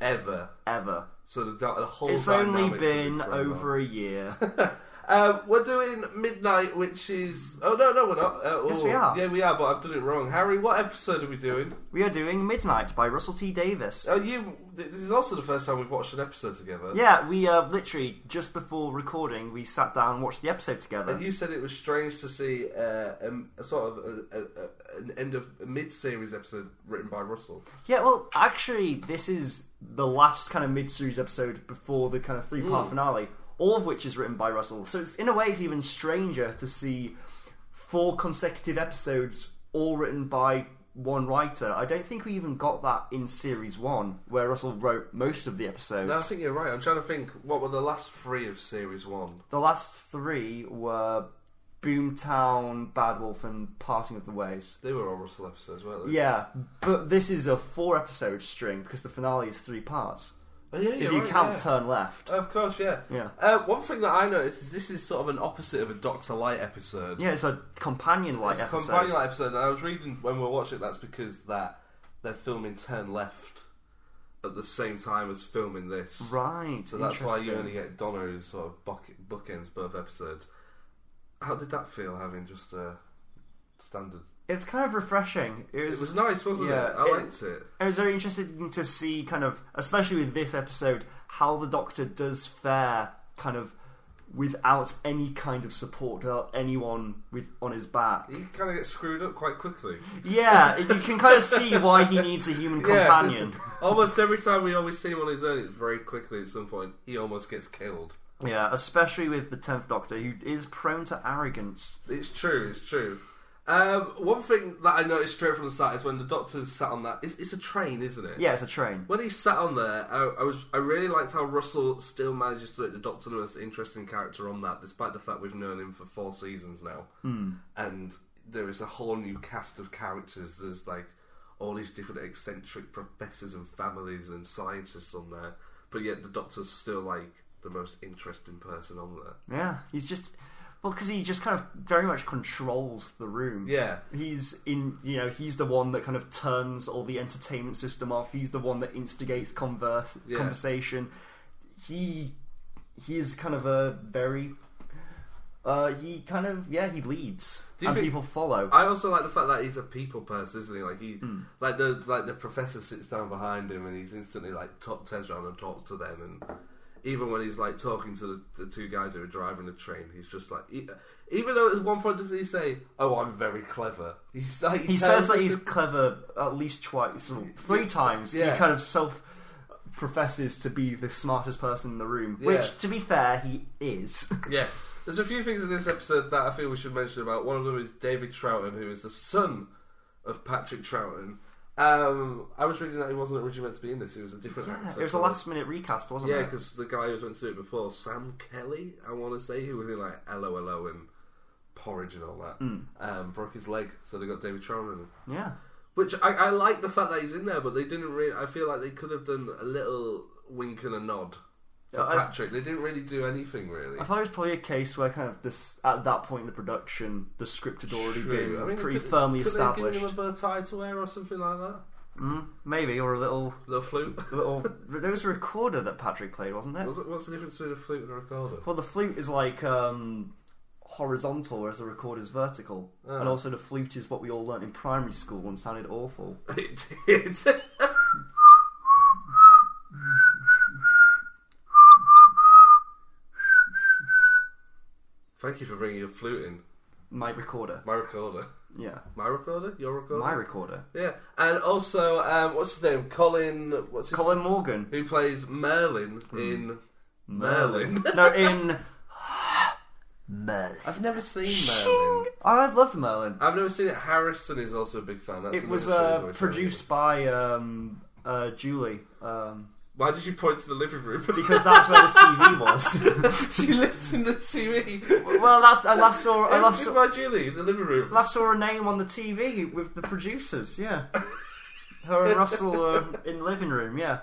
S6: ever.
S8: ever.
S6: So the, the whole.
S8: It's only
S6: dynamic
S8: been
S6: will be thrown
S8: over a year. *laughs*
S6: Um, we're doing midnight, which is. Oh no, no, we're not. Uh,
S8: Yes,
S6: oh,
S8: we are.
S6: Yeah, we are, but I've done it wrong. Harry, what episode are we doing?
S8: we are doing Midnight by Russell T Davis.
S6: Oh, you. This is also the first time we've watched an episode together.
S8: Yeah, we uh, literally just before recording, we sat down and watched the episode together.
S6: And Uh, you said it was strange to see uh, um, a sort of a, a, a, an end of a mid-series episode written by Russell.
S8: Yeah, well, actually, this is the last kind of mid-series episode before the kind of
S6: Hmm.
S8: three-part finale, all of which is written by Russell. So it's, in a way, it's even stranger to see four consecutive episodes, all written by one writer. I don't think we even got that in series one, where Russell wrote most of the episodes.
S6: No, I think you're right. I'm trying to think what were the last three of series one.
S8: The last three were Boomtown, Bad Wolf, and Parting of the Ways.
S6: They were all Russell episodes, weren't they?
S8: Yeah, but this is a four episode string because the finale is three parts.
S6: Oh, yeah
S8: If
S6: you're
S8: you
S6: right,
S8: count
S6: yeah.
S8: Turn Left.
S6: Of course, yeah.
S8: Yeah.
S6: Uh, one thing that I noticed is this is sort of an opposite of a Doctor Light episode.
S8: Yeah, it's a companion like
S6: it's a
S8: episode.
S6: companion light episode. And I was reading when we were watching. it, That's because that they're filming Turn Left at the same time as filming this.
S8: Right.
S6: So that's why you
S8: interesting.
S6: only get Donna who's sort of bucket, bookends both episodes. How did that feel having just a standard?
S8: It's kind of refreshing. It was,
S6: It was nice, wasn't
S8: yeah,
S6: it? I
S8: it-
S6: liked it.
S8: I was very interested to see, kind of, especially with this episode, how the Doctor does fare, kind of, without any kind of support, without anyone with on
S6: *laughs*
S8: his back.
S6: You kind of get screwed up quite quickly. *laughs*
S8: Yeah, you can kind of see why he needs a human companion.
S6: *laughs* almost every time we always see him on his own, it's very quickly at some point he almost gets killed.
S8: Yeah, especially with the Tenth Doctor, who is prone to arrogance.
S6: It's true. It's true. Um, one thing that I noticed straight from the start is when the Doctor sat on that. It's, it's a train, isn't it?
S8: Yeah, it's a train.
S6: When he sat on there, I, I was I really liked how Russell still manages to make the Doctor the most interesting character on that, despite the fact we've known him for four seasons now, and there is a whole new cast of characters. There's like all these different eccentric professors and families and scientists on there, but yet the Doctor's still like the most interesting person on there.
S8: Yeah, he's just well because he just kind of very much controls the room.
S6: Yeah.
S8: he's in. You know, he's the one that kind of turns all the entertainment system off. He's the one that instigates converse
S6: Yeah.
S8: conversation. He he is kind of a very. Uh, he kind of yeah he leads
S6: Do you
S8: and
S6: think-
S8: people follow.
S6: I also like the fact that he's a people person, isn't he? Like he,
S8: Hmm.
S6: like the like the professor sits down behind him and he's instantly like top turns around and talks to them, and even when he's like talking to the, the two guys who are driving the train, he's just like, he- even though at one point does he say, "Oh, I'm very clever," *laughs* he's like
S8: he
S6: tells
S8: says that
S6: them
S8: he's
S6: to-
S8: clever at least twice, or three times.
S6: Yeah.
S8: He kind of self professes to be the smartest person in the room,
S6: Yeah.
S8: which, to be fair, he is.
S6: *laughs* Yeah. There's a few things in this episode that I feel we should mention about. One of them is David Troughton, who is the son of Patrick Troughton. Um, I was reading that he wasn't originally meant to be in this. He was a different
S8: it
S6: actor.
S8: was a last minute recast, wasn't
S6: Yeah,
S8: it?
S6: because the guy who was meant to do it before, Sam Kelly, I want to say, who was in like LOLO and Porridge and all that,
S8: Hmm.
S6: um, broke his leg, so they got David Trower in.
S8: yeah.
S6: Which I, I like the fact that he's in there, but they didn't really. I feel like they could have done a little wink and a nod to
S8: Yeah, I-
S6: Patrick. They didn't really do anything really.
S8: I thought it was probably a case where kind of this at that point in the production, the script had already
S6: True.
S8: been
S6: I mean,
S8: pretty
S6: could-
S8: firmly
S6: could they have given
S8: established.
S6: him a bow tie to wear or something like that.
S8: Maybe or a little
S6: The
S8: *laughs*
S6: flute.
S8: little. there was a recorder that Patrick played, wasn't there?
S6: What's the- what's the difference between a flute and a recorder?
S8: Well, the flute is like um, horizontal, whereas the recorder is vertical.
S6: Ah.
S8: And also, the flute is what we all learnt in primary school and sounded awful.
S6: It did. *laughs* Thank you for bringing your flute in.
S8: My recorder.
S6: My recorder.
S8: Yeah.
S6: My recorder? Your recorder?
S8: My recorder.
S6: Yeah. And also, um, what's his name? Colin. What's his
S8: Colin Hmm. Morgan.
S6: Who plays Merlin in Merlin? *laughs*
S8: no, in. Merlin.
S6: I've never seen Merlin.
S8: I loved Merlin.
S6: I've never seen it. Harrison is also a big fan. That's
S8: It was
S6: another show he's
S8: uh,
S6: always
S8: produced by um, uh, Julie. Um,
S6: showing me. Why did you point to the living room? *laughs*
S8: because that's where the TV was.
S6: she lives in the TV.
S8: well, that's, I last saw. I
S6: That's
S8: last saw,
S6: by Julie in the living room.
S8: last saw her name on the TV with the
S6: *laughs*
S8: producers, yeah. Her and Russell uh, in the living room, yeah.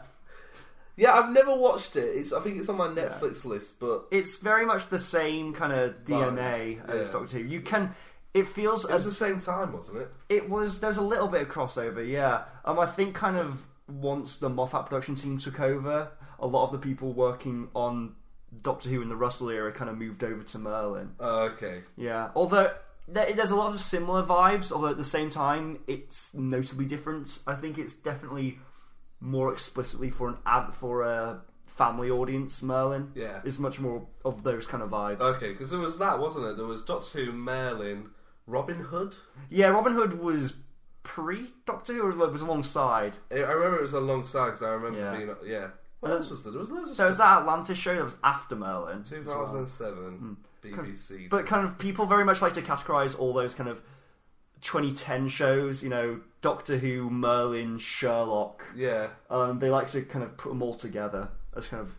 S6: Yeah, I've never watched it. It's I think it's on my Netflix list, but
S8: It's very much the same kind of DNA as
S6: yeah.
S8: Doctor Who. You can. It feels.
S6: it was
S8: as,
S6: the same time, wasn't it?
S8: it was. There's a little bit of crossover, yeah. Um, I think kind of once the Moffat production team took over, a lot of the people working on Doctor Who in the Russell era kind of moved over to Merlin.
S6: Uh, okay.
S8: Yeah, although there, there's a lot of similar vibes, although at the same time it's notably different. I think it's definitely more explicitly for an ad for a family audience. Merlin,
S6: Yeah.
S8: is much more of those kind of vibes.
S6: Okay, because there was that, wasn't it? There was Doctor Who, Merlin, Robin Hood.
S8: Yeah, Robin Hood was pre Doctor Who, or it was alongside.
S6: I I remember it was alongside because I remember
S8: Yeah.
S6: being yeah. What else was there? There was loads of
S8: There was
S6: stuff.
S8: that Atlantis show that was after Merlin. as well. Hmm.
S6: 2007 BBC.
S8: But kind of people very much like to categorize all those kind of 2010 shows, you know, Doctor Who, Merlin, Sherlock.
S6: yeah,
S8: Um, they like to kind of put them all together as kind of.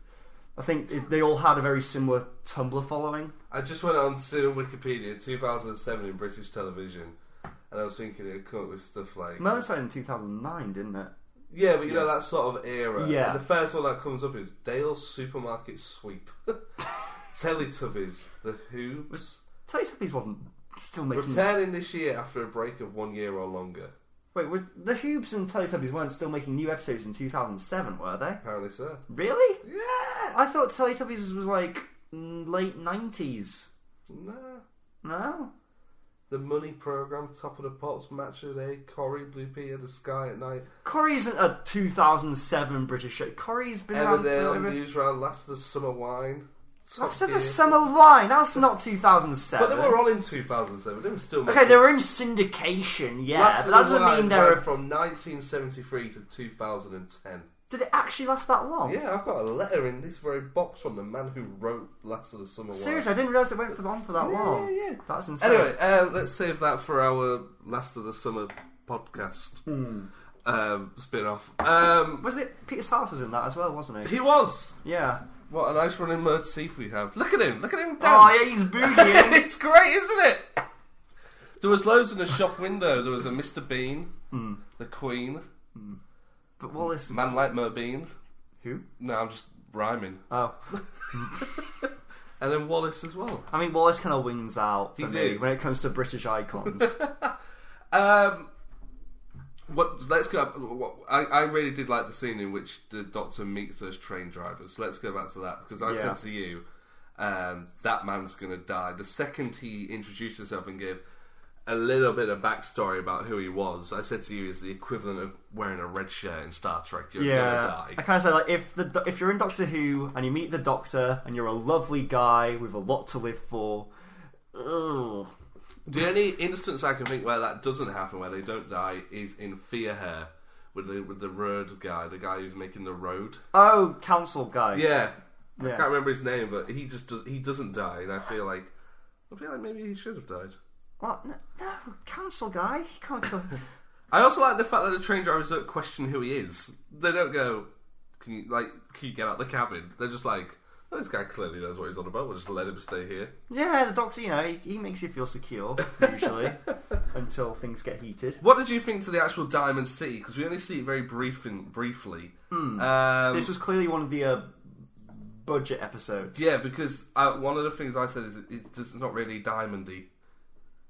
S8: I think it, they all had a very similar Tumblr following.
S6: I just went on to Wikipedia 2007 in British television, and I was thinking it would come up with stuff like
S8: Merlin started in 2009, didn't it?
S6: yeah, but you know that sort of era.
S8: Yeah.
S6: And the first one that comes up is Dale's Supermarket Sweep, *laughs* Teletubbies, The Hoops,
S8: Teletubbies wasn't still making.
S6: returning this year after a break of one year or longer.
S8: Wait, were the Hoobs and Teletubbies weren't still making new episodes in 2007, were they?
S6: Apparently so.
S8: Really?
S6: Yeah.
S8: I thought Teletubbies was like mm, late 90s.
S6: Nah.
S8: No?
S6: The Money Program, Top of the Pops, Match of the Day, Corey, Blue Peter, The Sky at Night,
S8: Corrie isn't a 2007 British show. Corrie's been around
S6: Everdale,
S8: forever.
S6: News Round, Last of the Summer Wine. Top
S8: That's of
S6: Gear.
S8: the Summer Line. That's not 2007.
S6: But they were all in 2007. They were still
S8: Okay,
S6: making-
S8: they were in syndication, yeah,
S6: Last
S8: but
S6: of
S8: that
S6: the
S8: doesn't
S6: Wine
S8: mean they're.
S6: went from 1973 to 2010.
S8: Did it actually last that long?
S6: Yeah, I've got a letter in this very box from the man who wrote Last of the Summer Wine.
S8: Seriously, I didn't realise it went for on for that
S6: Yeah,
S8: long.
S6: yeah, yeah.
S8: That's insane.
S6: Anyway, um, let's save that for our Last of the Summer podcast
S8: Hmm.
S6: um, spin off. Um,
S8: was it Peter Salas was in that as well,
S6: *laughs*
S8: wasn't he?
S6: he was.
S8: Yeah.
S6: What a nice running mud teeth we have. Look at him. Look at him dance.
S8: Oh, yeah,
S6: *laughs*
S8: he's boogieing.
S6: it's great, isn't it? There was loads in the shop window. There was a Mr. Bean,
S8: Hmm.
S6: the Queen,
S8: but Wallace,
S6: Man Like Merbean.
S8: who?
S6: No, I'm just rhyming.
S8: Oh,
S6: And then Wallace as well.
S8: I mean Wallace kind of wings out for
S6: He
S8: me
S6: did.
S8: when it comes to British icons.
S6: Um, what? Let's go. What, I, I really did like the scene in which the Doctor meets those train drivers. So let's go back to that because I
S8: Yeah.
S6: said to you, um, that man's going to die. The second he introduced himself and gave a little bit of backstory about who he was, I said to you, is the equivalent of wearing a red shirt in Star Trek. You're
S8: yeah,
S6: going to
S8: I
S6: die.
S8: kind of say like if the do- if you're in Doctor Who and you meet the Doctor and you're a lovely guy with a lot to live for. Ugh.
S6: The only instance I can think where that doesn't happen, where they don't die, is in Fear Hair with the with the road guy, the guy who's making the road.
S8: Oh, council guy.
S6: Yeah. I
S8: Yeah.
S6: can't remember his name, but he just does, he doesn't die, and I feel like I feel like maybe he should have died.
S8: What? No, no, council guy. He can't go.
S6: I also like the fact that the train drivers don't question who he is. They don't go, "Can you like can you get out the cabin?" They're just like, "Oh, "This guy clearly knows what he's on about. We'll just let him stay here."
S8: *laughs* yeah, the Doctor. You know, he, he makes you feel secure
S6: *laughs*
S8: usually until things get heated.
S6: What did you think to the actual Diamond City? Because we only see it very brief briefly. Um,
S8: Hmm. This was clearly one of the uh, budget episodes.
S6: yeah, because I, one of the things I said is it- it's just not really diamondy.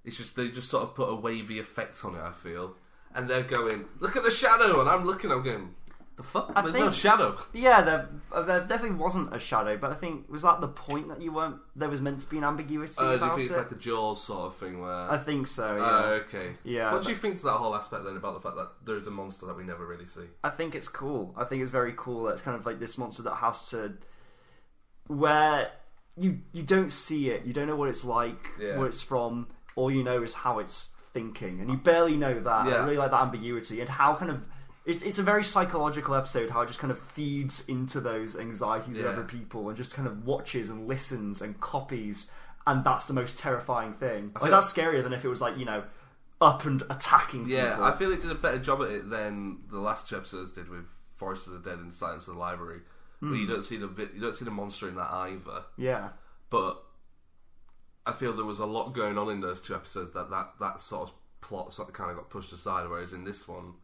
S6: It's just they just sort of put a wavy effect on it. I feel, and they're going, "Look at the shadow," and I'm looking, I'm going, "The fuck? There's no
S8: think-
S6: shadow."
S8: Yeah, there, uh, there definitely wasn't a shadow, but I think was that the point that you weren't. There was meant to be an ambiguity
S6: Uh, do you
S8: about
S6: think
S8: it.
S6: it's like a Jaws sort of thing where?
S8: I think so. Yeah.
S6: Oh, okay.
S8: Yeah,
S6: What do you think to that whole aspect then about the fact that there is a monster that we never really see?
S8: I think it's cool. I think it's very cool. that It's kind of like this monster that has to, where you you don't see it, you don't know what it's like,
S6: Yeah.
S8: where it's from. All you know is how it's thinking, and you barely know that.
S6: Yeah.
S8: I really like that ambiguity and how kind of. It's, it's a very psychological episode how it just kind of feeds into those anxieties
S6: Yeah.
S8: of other people and just kind of watches and listens and copies and that's the most terrifying thing. Like that's scarier than if it was like you know up and attacking.
S6: Yeah,
S8: people.
S6: I feel it did a better job at it than the last two episodes did with Forest of the Dead and Silence of the Library. Where
S8: Hmm.
S6: you don't see the vi- you don't see the monster in that either.
S8: yeah.
S6: but I feel there was a lot going on in those two episodes that that, that sort of plot sort of kind of got pushed aside. Whereas in this one,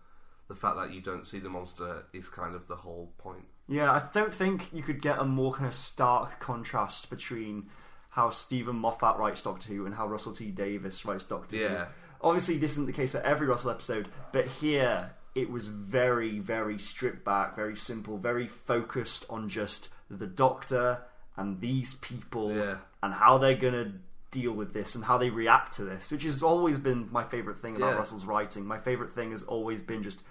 S6: the fact that you don't see the monster is kind of the whole point.
S8: Yeah, I don't think you could get a more kind of stark contrast between how Stephen Moffat writes Doctor Who and how Russell T Davis writes Doctor Who.
S6: Yeah.
S8: Obviously, this isn't the case for every Russell episode, but here it was very, very stripped back, very simple, very focused on just the Doctor and these people
S6: Yeah.
S8: and how they're going to deal with this and how they react to this, which has always been my favourite thing about
S6: Yeah.
S8: Russell's writing. My favourite thing has always been just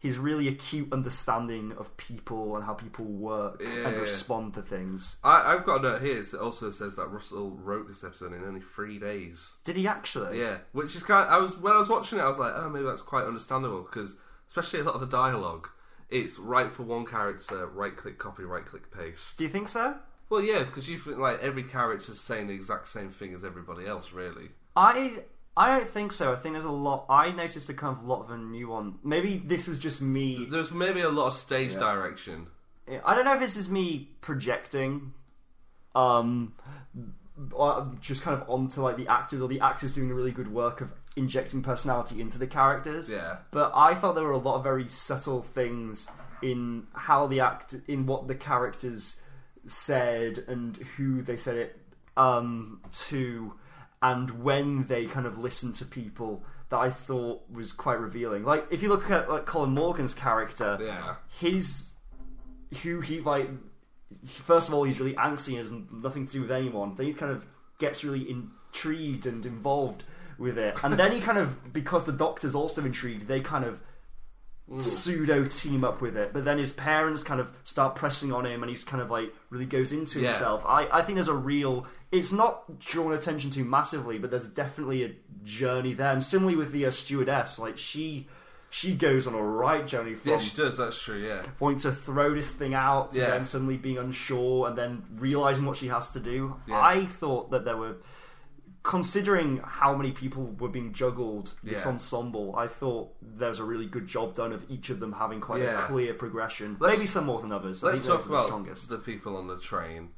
S8: his really acute understanding of people and how people work and
S6: yeah.
S8: respond to things.
S6: I, I've got a note here. It also says that Russell wrote this episode in only three days.
S8: Did he actually?
S6: Yeah, which is kind. I was when I was watching it, I was like, oh, maybe that's quite understandable because especially a lot of the dialogue it's right for one character, right click copy, right click paste.
S8: Do you think so?
S6: Well, yeah, because you think like every character's saying the exact same thing as everybody else, really.
S8: I I don't think so. I think there's a lot. I noticed a kind of lot of a nuance. Maybe this was just me.
S6: There's maybe a lot of stage direction.
S8: I don't know if this is me projecting, um, uh, just kind of onto like the actors or the actors doing a really good work of injecting personality into the characters.
S6: Yeah.
S8: But I felt there were a lot of very subtle things in how the act in what the characters said and who they said it um, to and when they kind of listened to people that I thought was quite revealing. Like if you look at like Colin Morgan's character,
S6: Yeah.
S8: his who he like first of all he's really angsty and has nothing to do with anyone then he kind of gets really intrigued and involved with it and then he kind of *laughs* because the doctor's also intrigued they kind of
S6: Hmm.
S8: pseudo team up with it but then his parents kind of start pressing on him and he's kind of like really goes into
S6: Yeah.
S8: himself I, I think there's a real it's not drawn attention to massively but there's definitely a journey there and similarly with the uh, stewardess like she she goes on a right journey from
S6: Yeah, she does. That's true. Yeah.
S8: point to throw this thing out to
S6: Yeah.
S8: then suddenly being unsure and then realizing what she has to do.
S6: Yeah.
S8: I thought that there were, considering how many people were being juggled, this
S6: Yeah.
S8: ensemble, I thought there was a really good job done of each of them having quite
S6: Yeah.
S8: a clear progression.
S6: Let's-
S8: Maybe some more than others. I
S6: Let's
S8: think those
S6: talk
S8: are the
S6: about
S8: strongest.
S6: the people on the train,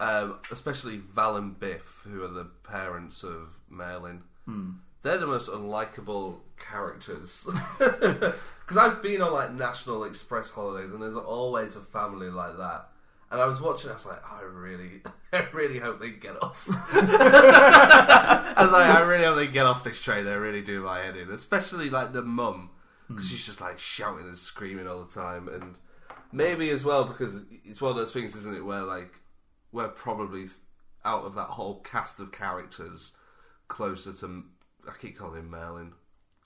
S6: um, especially Val and Biff, who are the parents of Merlin.
S8: Hmm.
S6: They're the most unlikable characters. *laughs* Because I've been on like National Express holidays, and there's always a family like that. And I was watching, I was like, I really, *laughs* I really hope they get off. *laughs* I was like, I really hope they get off this train. They really do my head in, especially like the mum,
S8: Hmm.
S6: because she's just like shouting and screaming all the time, and maybe as well because it's one of those things, isn't it, where like we're probably out of that whole cast of characters closer to I keep calling him Merlin.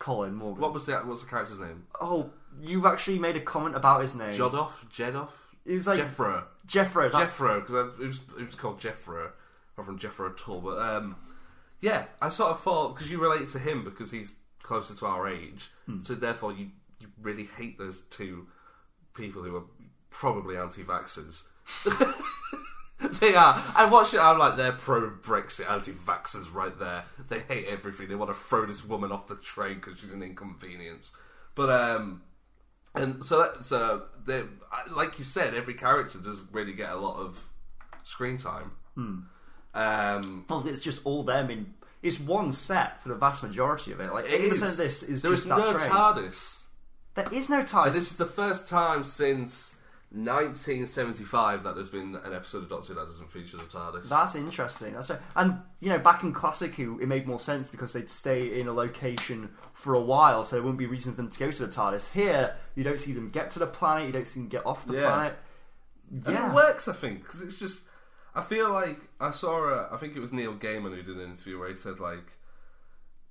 S8: Colin Morgan.
S6: What was the what's the character's name?
S8: oh, you've actually made a comment about his name.
S6: Jodoff, Jedoff,
S8: It was like-
S6: Jeffro,
S8: Jeffro. that-
S6: Jeffro, because it was, it was called Jeffro, not from Jeffro at all. But um, yeah, I sort of thought because you relate to him because he's closer to our age, so therefore you you really hate those two people who are probably anti-vaxxers. *laughs* They are. I watched it. I'm like, they're pro Brexit anti vaxxers right there. They hate everything. They want to throw this woman off the train because she's an inconvenience. But, um, and so, that, so they, I- like you said, every character does really get a lot of screen time.
S8: Hmm.
S6: Um,
S8: *laughs* Well, it's just all them in. It's one set for the vast majority of it. Like
S6: it
S8: eighty
S6: is.
S8: percent of this is
S6: there
S8: just
S6: is
S8: that
S6: no
S8: train.
S6: TARDIS.
S8: there is no TARDIS.
S6: This is the first time since 1975 that there's been an episode of Doctor Who that doesn't feature the TARDIS.
S8: That's interesting. That's right. and you know back in classic Who, it made more sense because they'd stay in a location for a while, so there wouldn't be reason for them to go to the TARDIS. Here, you don't see them get to the planet. You don't see them get off the
S6: Yeah.
S8: planet.
S6: And
S8: Yeah,
S6: it works, I think, because it's just. I feel like I saw. A, I think it was Neil Gaiman who did an interview where he said like,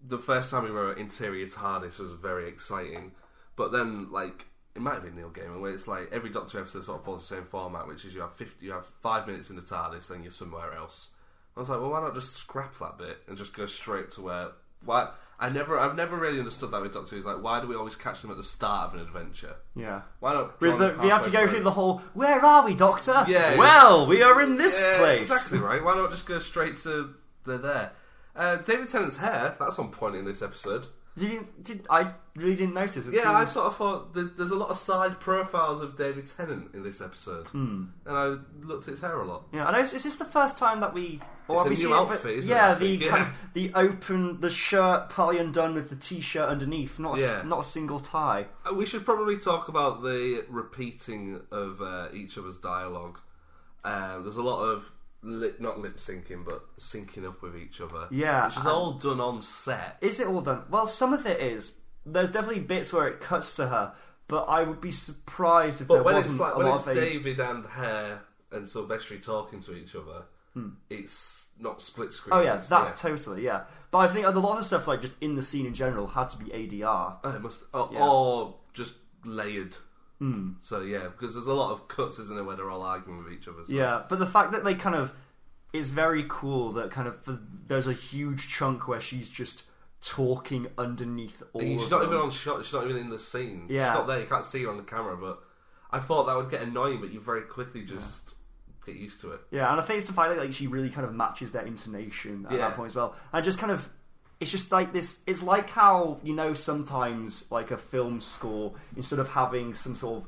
S6: the first time we wrote Interior TARDIS was very exciting, but then like it might have been Neil Gaiman where it's like every Doctor Who episode sort of follows the same format, which is you have fifty, you have five minutes in the TARDIS, then you're somewhere else. I was like, well, why not just scrap that bit and just go straight to where? Why? I never, I've never really understood that with Doctor Who. It's like, why do we always catch them at the start of an adventure?
S8: yeah.
S6: Why not?
S8: With
S6: join
S8: the,
S6: them
S8: we have to
S6: halfway
S8: go through the whole. Where are we, Doctor?
S6: Yeah, yeah.
S8: Well, we are in this
S6: Yeah,
S8: place.
S6: Exactly right. Why not just go straight to the there? Uh, David Tennant's hair—that's on point in this episode.
S8: Did you? Did I really didn't notice? It
S6: Yeah, I
S8: seems-
S6: sort of thought th- there's a lot of side profiles of David Tennant in this episode,
S8: Hmm.
S6: and I looked at his hair a lot.
S8: Yeah, I know. Is is this the first time that we? Or
S6: It's
S8: have
S6: a
S8: we
S6: new
S8: seen it, but-
S6: outfit, isn't it,
S8: yeah,
S6: I
S8: the
S6: think? Yeah.
S8: kind of the open, the shirt partly undone with the t-shirt underneath. Not a, s-
S6: Yeah.
S8: not a single tie.
S6: Uh, We should probably talk about the repeating of uh, each other's dialogue. Uh, there's a lot of lip, not lip syncing, but syncing up with each other.
S8: Yeah,
S6: which is
S8: and-
S6: all done on set.
S8: Is it all done? Well, some of it is. There's definitely bits where it cuts to her, but I would be surprised if there
S6: But when
S8: wasn't
S6: it's like
S8: a
S6: when
S8: lot
S6: it's
S8: of a-
S6: David and Hare and Silvestri talking to each other, it's not split screen.
S8: Hmm. Oh yeah,
S6: it's-
S8: that's totally yeah. But I think a lot of stuff like just in the scene in general had to be ADR.
S6: Oh, it must or, or just layered.
S8: Hmm.
S6: So yeah, because there's a lot of cuts, isn't there, where they're all arguing with each other. So.
S8: Yeah, but the fact that they kind of it's very cool that kind of there's a huge chunk where she's just talking underneath all.
S6: And
S8: of
S6: she's not
S8: them.
S6: even on shot. She's not even in the scene.
S8: Yeah.
S6: She's not there. You can't see her on the camera, but I thought that would get annoying, but you very quickly just get used to it.
S8: Yeah, and I think it's the fact that like she really kind of matches their intonation at
S6: Yeah.
S8: that point as well, and just kind of. It's just like this. It's like how you know sometimes, like a film score, instead of having some sort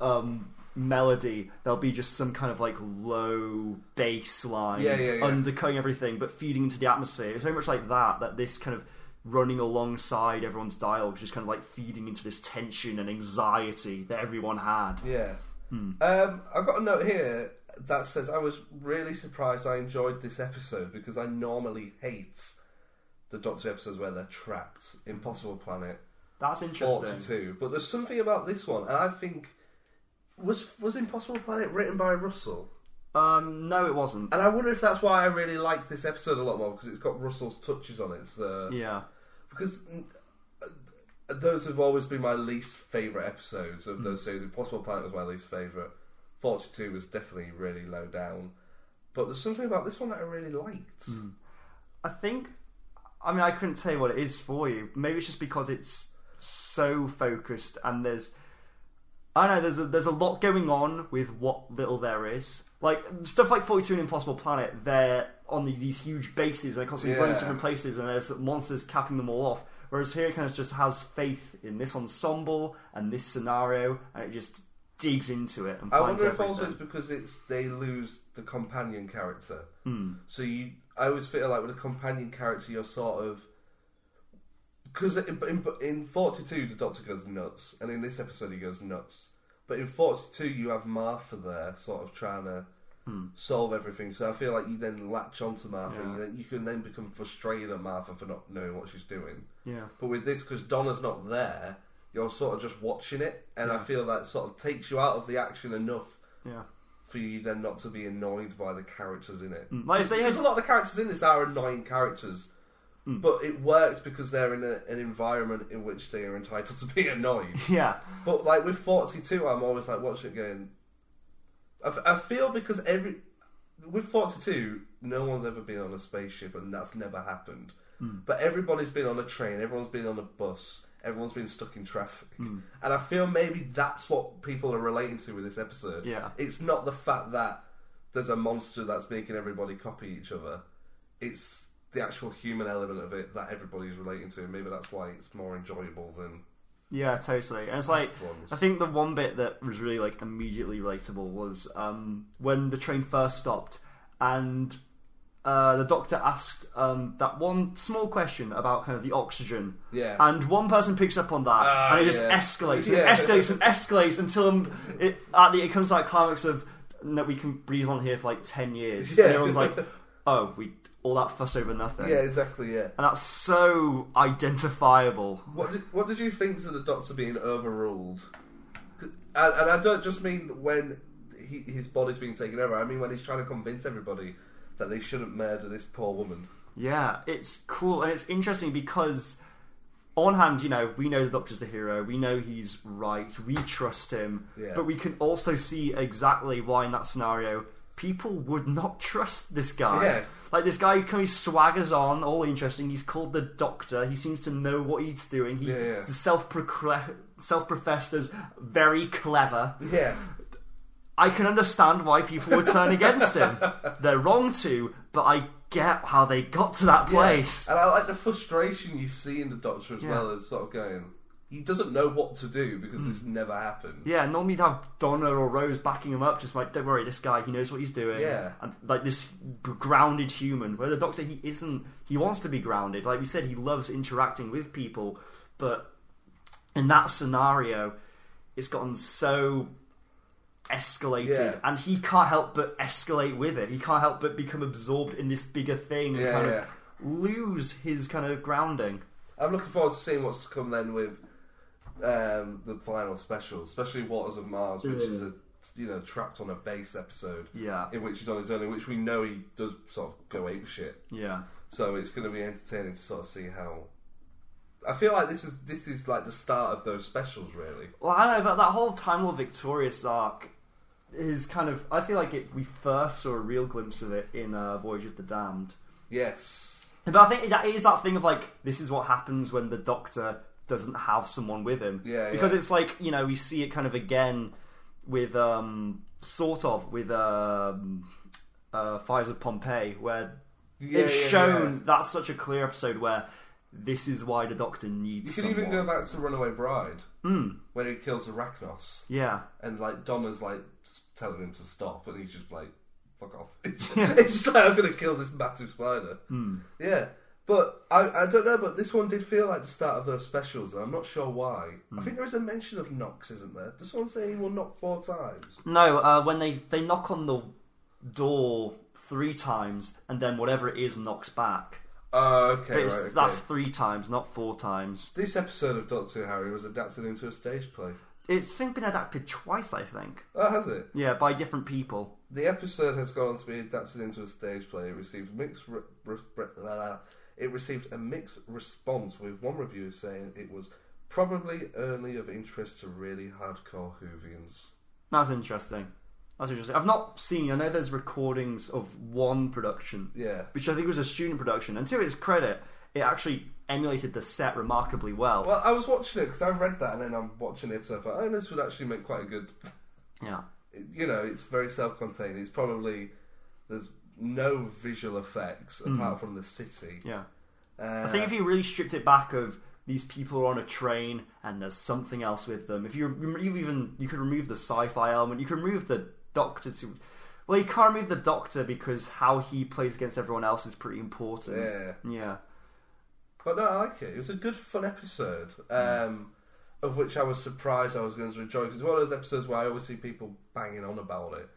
S8: of um, melody, there'll be just some kind of like low bass line
S6: Yeah, yeah, yeah.
S8: undercutting everything, but feeding into the atmosphere. It's very much like that. That this kind of running alongside everyone's dialogue, is just kind of like feeding into this tension and anxiety that everyone had.
S6: Yeah. Um, I've got a note here that says I was really surprised I enjoyed this episode because I normally hate the Doctor episodes where they're trapped. Impossible Planet,
S8: That's interesting.
S6: Forty-two. But there's something about this one, and I think was was Impossible Planet written by Russell,
S8: Um, no, it wasn't.
S6: and I wonder if that's why I really like this episode a lot more because it's got Russell's touches on it. So
S8: Yeah.
S6: because mm, uh, those have always been my least favorite episodes of those series. Impossible Planet was my least favorite. Forty Two was definitely really low down, but there's something about this one that I really liked.
S8: I think. I mean, I couldn't tell you what it is for you. Maybe it's just because it's so focused and there's. I don't know there's a, there's a lot going on with what little there is. Like stuff like Forty Two and Impossible Planet, they're on the, these huge bases and they're constantly running to
S6: Yeah.
S8: different places, and there's monsters capping them all off. Whereas here, it kind of just has faith in this ensemble and this scenario, and it just digs into it and
S6: I
S8: finds
S6: wonder if
S8: everything.
S6: also it's because it's they lose the companion character.
S8: Hmm.
S6: So you, I always feel like with a companion character, you're sort of because in, in, in Forty Two the Doctor goes nuts, and in this episode he goes nuts. But in Forty Two you have Martha there, sort of trying to
S8: Hmm.
S6: solve everything. So I feel like you then latch onto Martha, and then you can then become frustrated at Martha for not knowing what she's doing.
S8: Yeah.
S6: But with this, because Donna's not there, you're sort of just watching it, and I feel that sort of takes you out of the action enough
S8: yeah.
S6: for you then not to be annoyed by the characters in it.
S8: Like if they had
S6: Because a lot of the characters in this are annoying characters, but it works because they're in a, an environment in which they are entitled to be *laughs* annoyed.
S8: *laughs* yeah
S6: But like with 42, I'm always like watching it going. I, f- I feel because every with 42, no one's ever been on a spaceship, and that's never happened. But everybody's been on a train, everyone's been on a bus, everyone's been stuck in traffic, and I feel maybe that's what people are relating to with this episode.
S8: Yeah.
S6: it's not the fact that there's a monster that's making everybody copy each other. It's the actual human element of it that everybody's relating to, and maybe that's why it's more enjoyable than
S8: Yeah, totally. And it's like
S6: ones.
S8: I think the one bit that was really like immediately relatable was um, when the train first stopped and uh, the doctor asked um, that one small question about kind of the oxygen.
S6: Yeah.
S8: And one person picks up on that
S6: Ah,
S8: and it just
S6: yeah.
S8: escalates and
S6: Yeah.
S8: escalates and escalates until um, it at the it comes to that climax of that we can breathe on here for like ten years.
S6: Yeah.
S8: And
S6: *laughs*
S8: everyone's like, Oh, we all that fuss over nothing.
S6: yeah, exactly, yeah.
S8: And that's so identifiable.
S6: What did, what did you think to the Doctor being overruled? 'Cause- And, and I don't just mean when he, his body's being taken over. I mean when he's trying to convince everybody that they shouldn't murder this poor woman.
S8: Yeah, it's cool and it's interesting because on one hand, you know, we know the Doctor's the hero, we know he's right, we trust him,
S6: Yeah.
S8: but we can also see exactly why in that scenario people would not trust this guy.
S6: Yeah.
S8: Like this guy who kind of swaggers on, all interesting. He's called the Doctor. He seems to know what he's doing. He
S6: Yeah, yeah.
S8: self self professed as very clever.
S6: Yeah,
S8: I can understand why people would turn against
S6: *laughs*
S8: him. They're wrong to, but I get how they got to that place.
S6: And I like the frustration you see in the Doctor as
S8: Yeah.
S6: well as sort of going, he doesn't know what to do because this never happened.
S8: Yeah, normally you'd have Donna or Rose backing him up, just like, don't worry, this guy, he knows what he's doing.
S6: Yeah.
S8: And like this grounded human, where the doctor, he isn't, he wants to be grounded. Like we said, he loves interacting with people, but in that scenario, it's gotten so escalated,
S6: Yeah.
S8: and he can't help but escalate with it. He can't help but become absorbed in this bigger thing and
S6: Yeah,
S8: kind
S6: yeah.
S8: of lose his kind of grounding.
S6: I'm looking forward to seeing what's to come then with um, the final special, especially Waters of Mars, which is a you know trapped on a base episode.
S8: Mm. Yeah.
S6: in which he's on his own, in which we know he does sort of go ape shit.
S8: Yeah.
S6: So it's going to be entertaining to sort of see how. I feel like this is this is like the start of those specials, really.
S8: Well, I don't know that that whole Time Lord Victorious arc is kind of. I feel like it, we first saw a real glimpse of it in uh, Voyage of the Damned.
S6: Yes.
S8: But I think that is that thing of like this is what happens when the Doctor doesn't have someone with him.
S6: Yeah,
S8: Because
S6: yeah.
S8: it's like you know we see it kind of again with um, sort of with um, uh, Fires of Pompeii, where it's
S6: yeah,
S8: shown
S6: yeah.
S8: that's such a clear episode where this is why the Doctor
S6: You
S8: needs.
S6: can
S8: someone.
S6: even go back to Runaway Bride
S8: Hmm.
S6: when he kills Arachnos,
S8: Yeah,
S6: and like Donna's like telling him to stop, and he's just like, "Fuck
S8: *laughs*
S6: off!" *laughs* it's just like I'm gonna kill this massive spider.
S8: Hmm.
S6: Yeah, but I I don't know, but this one did feel like the start of those specials, and I'm not sure why.
S8: Hmm.
S6: I think there is a mention of Knox, isn't there? Does someone say he will knock four times?
S8: no, uh, when they they knock on the door three times and then whatever it is knocks back.
S6: Oh, okay,
S8: But
S6: right.
S8: it's,
S6: Okay.
S8: That's three times, not four times.
S6: This episode of Doctor Who, Harry was adapted into a stage play.
S8: It's been been adapted twice, I think.
S6: Oh, has it?
S8: Yeah, by different people.
S6: The episode has gone on to be adapted into a stage play. It received mixed. Re- re- re- la- la- it received a mixed response, with one reviewer saying it was probably only of interest to really hardcore Hoovians.
S8: That's interesting. That's interesting. I've not seen. I know there's recordings of one production,
S6: Yeah.
S8: which I think was a student production. And to its credit, it actually emulated the set remarkably well.
S6: Well, I was watching it because I read that, and then I'm watching the episode. I thought, oh, this would actually make quite a good.
S8: yeah,
S6: You know, it's very self-contained. It's probably there's no visual effects apart from the city.
S8: yeah.
S6: Uh,
S8: I think if you really stripped it back of these people are on a train and there's something else with them. If you remove even you could remove the sci-fi element, you can remove the doctor to. Well, you can't remove the doctor because how he plays against everyone else is pretty important.
S6: Yeah.
S8: Yeah.
S6: But no, I like it. It was a good, fun episode, um, of which I was surprised I was going to enjoy. 'cause it's one of those episodes where I always see people banging on about it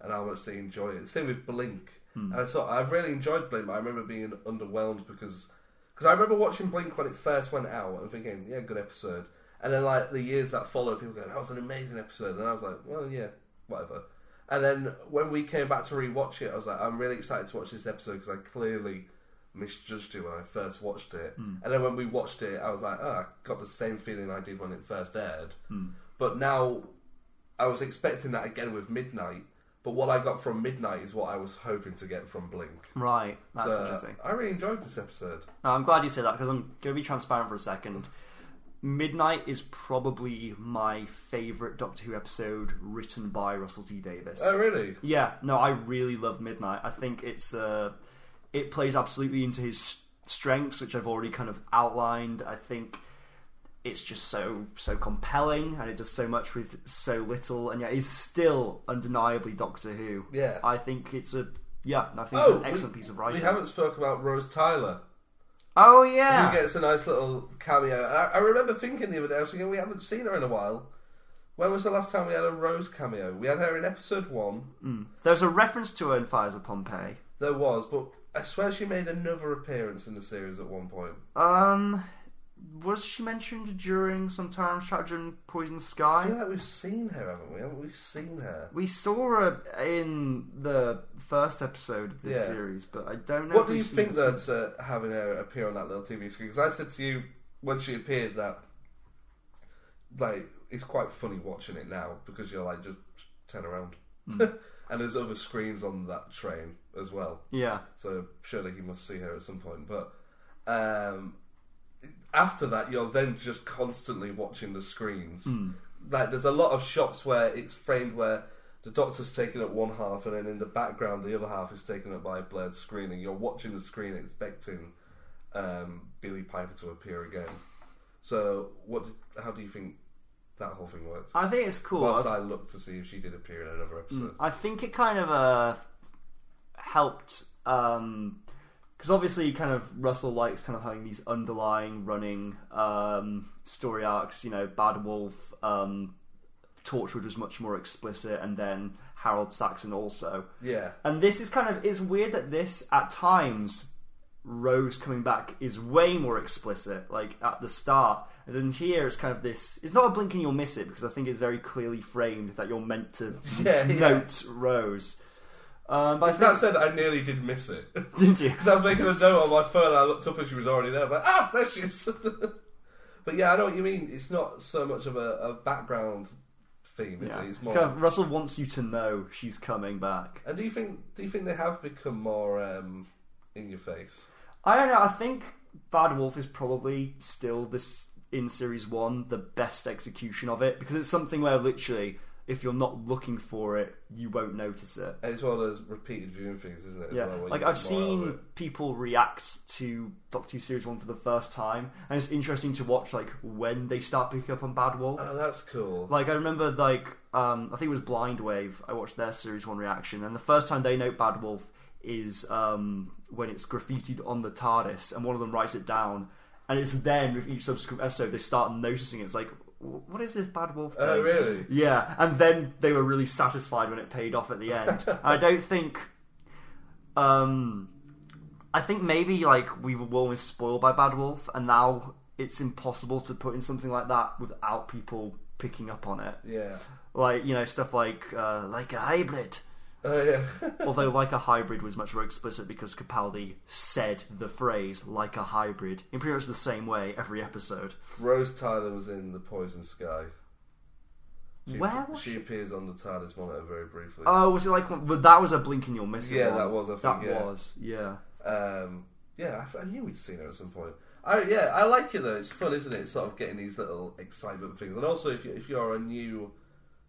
S6: and how much they enjoy it. Same with Blink. And I saw, I really enjoyed Blink, but I remember being underwhelmed because because I remember watching Blink when it first went out and thinking, yeah, good episode. And then like the years that followed, people going, that was an amazing episode, and I was like, well, yeah, whatever. And then when we came back to rewatch it, I was like, I'm really excited to watch this episode because I clearly misjudged it when I first watched it.
S8: Hmm.
S6: And then when we watched it, I was like, oh, I got the same feeling I did when it first aired.
S8: Hmm.
S6: But now I was expecting that again with Midnight. But what I got from Midnight is what I was hoping to get from Blink.
S8: Right. That's
S6: So,
S8: interesting.
S6: I really enjoyed this episode.
S8: No, I'm glad you said that because I'm going to be transparent for a second. Midnight is probably my favourite Doctor Who episode written by Russell T Davis.
S6: Oh, really?
S8: Yeah, no, I really love Midnight. I think it's uh, it plays absolutely into his s- strengths, which I've already kind of outlined. I think it's just so so compelling, and it does so much with so little, and yet is still undeniably Doctor Who.
S6: Yeah.
S8: I think it's a yeah, I think
S6: Oh,
S8: it's an excellent piece of writing.
S6: We haven't spoke about Rose Tyler.
S8: oh yeah,
S6: Who gets a nice little cameo. And I, I remember thinking the other day, I was thinking, we haven't seen her in a while. When was the last time we had a Rose cameo? We had her in episode one.
S8: There's a reference to her in Fires of Pompeii.
S6: There was, but I swear she made another appearance in the series at one point.
S8: Um, was she mentioned during some time chat during Poison
S6: I feel
S8: Sky?
S6: like we've seen her, haven't we? Haven't we seen her?
S8: We saw her in the first episode of this
S6: Yeah.
S8: series, but I don't know.
S6: What
S8: if
S6: do
S8: we've
S6: you
S8: seen
S6: think, though,
S8: her since.
S6: to having her appear on that little TV screen? Because I said to you when she appeared that, like, it's quite funny watching it now because you're like, just turn around. *laughs* and there's other screens on that train as well.
S8: Yeah,
S6: so surely he must see her at some point. But um, after that, you're then just constantly watching the screens.
S8: Hmm.
S6: Like there's a lot of shots where it's framed where the doctor's taken up one half, and then in the background the other half is taken up by a blurred screen, and you're watching the screen expecting um, Billy Piper to appear again. So what? How do you think that whole thing works?
S8: I think it's cool.
S6: Whilst
S8: I-
S6: I looked to see if she did appear in another episode.
S8: I think it kind of uh, helped because obviously, kind of Russell likes kind of having these underlying running um, story arcs. You know, Bad Wolf, um, Torchwood was much more explicit, and then Harold Saxon also.
S6: Yeah.
S8: And this is kind of it's weird that this at times Rose coming back is way more explicit, like at the start. And then here it's kind of this it's not a blink and you'll miss it because I think it's very clearly framed that you're meant to
S6: *laughs* Yeah, yeah.
S8: note Rose. Um, but I think
S6: That said, I nearly did miss it. *laughs*
S8: *laughs* did you?
S6: Because I was making a note on my phone, I looked up and she was already there. I was like, ah, there she is. *laughs* but yeah, I know what you mean. It's not so much of a, a background theme, is
S8: Yeah.
S6: it? It's more.
S8: Kind of, Russell wants you to know she's coming back.
S6: And do you think do you think they have become more um, in your face?
S8: I don't know. I think Bad Wolf is probably still this in series one the best execution of it because it's something where literally if you're not looking for it, you won't notice it.
S6: It's one of those repeated viewing things, isn't it? As
S8: Yeah,
S6: well, where
S8: like
S6: you
S8: I've
S6: get more out of
S8: seen
S6: it.
S8: people react to Doctor Who series one for the first time, and it's interesting to watch like when they start picking up on Bad Wolf.
S6: Oh, that's cool.
S8: Like I remember, like um, I think it was Blind Wave. I watched their series one reaction, and the first time they note Bad Wolf is um, when it's graffitied on the TARDIS, and one of them writes it down. And it's then with each subsequent episode they start noticing it. it's like, "Wh- what is this Bad Wolf?
S6: Oh,
S8: thing?"
S6: really?
S8: Yeah, and then they were really satisfied when it paid off at
S6: *laughs*
S8: the end. And I don't think. Um, I think maybe like we were always spoiled by Bad Wolf, and now it's impossible to put in something like that without people picking up on it.
S6: yeah.
S8: Like you know stuff like uh, like a hybrid.
S6: Oh, yeah. *laughs*
S8: Although like a hybrid was much more explicit because Capaldi said the phrase like a hybrid in pretty much the same way every episode.
S6: Rose Tyler was in The Poison Sky. She,
S8: Where was
S6: she, appears on the TARDIS monitor very briefly.
S8: Oh, was it like one? But that was a blink and you'll miss it.
S6: Yeah,
S8: one.
S6: that was, I think,
S8: that
S6: yeah.
S8: was yeah.
S6: Um, yeah, I f- I, knew we'd seen her at some point. I, yeah, I like it though. It's fun, isn't it? Sort of getting these little excitement things, and also if you, if you're a new,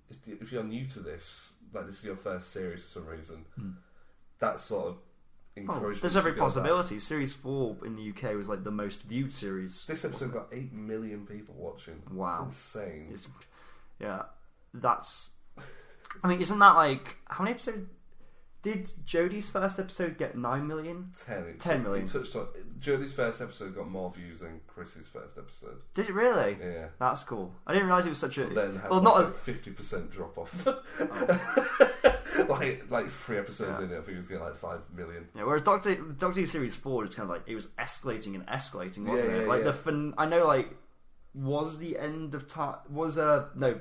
S6: if you- if you're new to this, like this is your first series for some reason, that sort of
S8: Hmm. Oh,
S6: encouragement.
S8: there's every
S6: to go back.
S8: possibility. Series four in the UK was like the most viewed series.
S6: This episode got eight million people watching.
S8: Wow.
S6: it's insane.
S8: It's, yeah, that's. I mean, isn't that like how many episodes? Did Jodie's first episode get nine million?
S6: ten, it
S8: 10
S6: tou-
S8: million.
S6: It touched on Jodie's first episode got more views than Chris's first episode.
S8: Did it really?
S6: Yeah.
S8: That's cool. I didn't realize it was such a.
S6: Then had
S8: well, not
S6: like
S8: as Oh.
S6: a fifty percent drop
S8: *laughs*
S6: off. *laughs* like like three episodes in it, I think it was getting like five million.
S8: Yeah, whereas Doctor Doctor Who series four is kind of like it was escalating and escalating, wasn't
S6: Yeah,
S8: it?
S6: yeah,
S8: like
S6: yeah.
S8: the fin- I know like was the end of time was uh no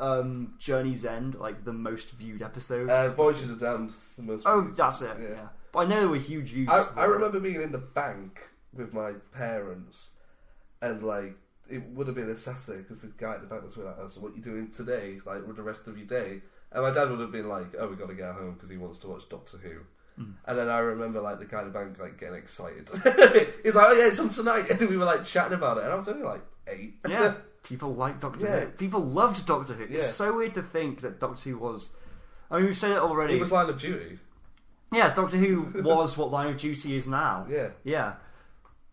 S8: um Journey's End like the most viewed episode?
S6: Uh, Voyage of the Damned, the most.
S8: oh, that's it. Yeah. but I know there were huge views.
S6: I,
S8: for
S6: I
S8: it.
S6: remember being in the bank with my parents, and like it would have been a Saturday because the guy at the bank was like, oh, "So what you doing today? Like with the rest of your day?" And my dad would have been like, "Oh, we got to get home because he wants to watch Doctor Who."
S8: Hmm.
S6: And then I remember like the guy at the bank like getting excited. *laughs* He's like, "Oh yeah, it's on tonight," *laughs* and we were like chatting about it, and I was only like eight.
S8: *laughs* Yeah, people like Doctor
S6: Yeah.
S8: Who. People loved Doctor Who.
S6: Yeah.
S8: It's so weird to think that Doctor Who was. I mean, we've said it already.
S6: *laughs* it was Line of Duty.
S8: Yeah,
S6: *laughs*
S8: Doctor Who was what Line of Duty is now.
S6: Yeah.
S8: Yeah.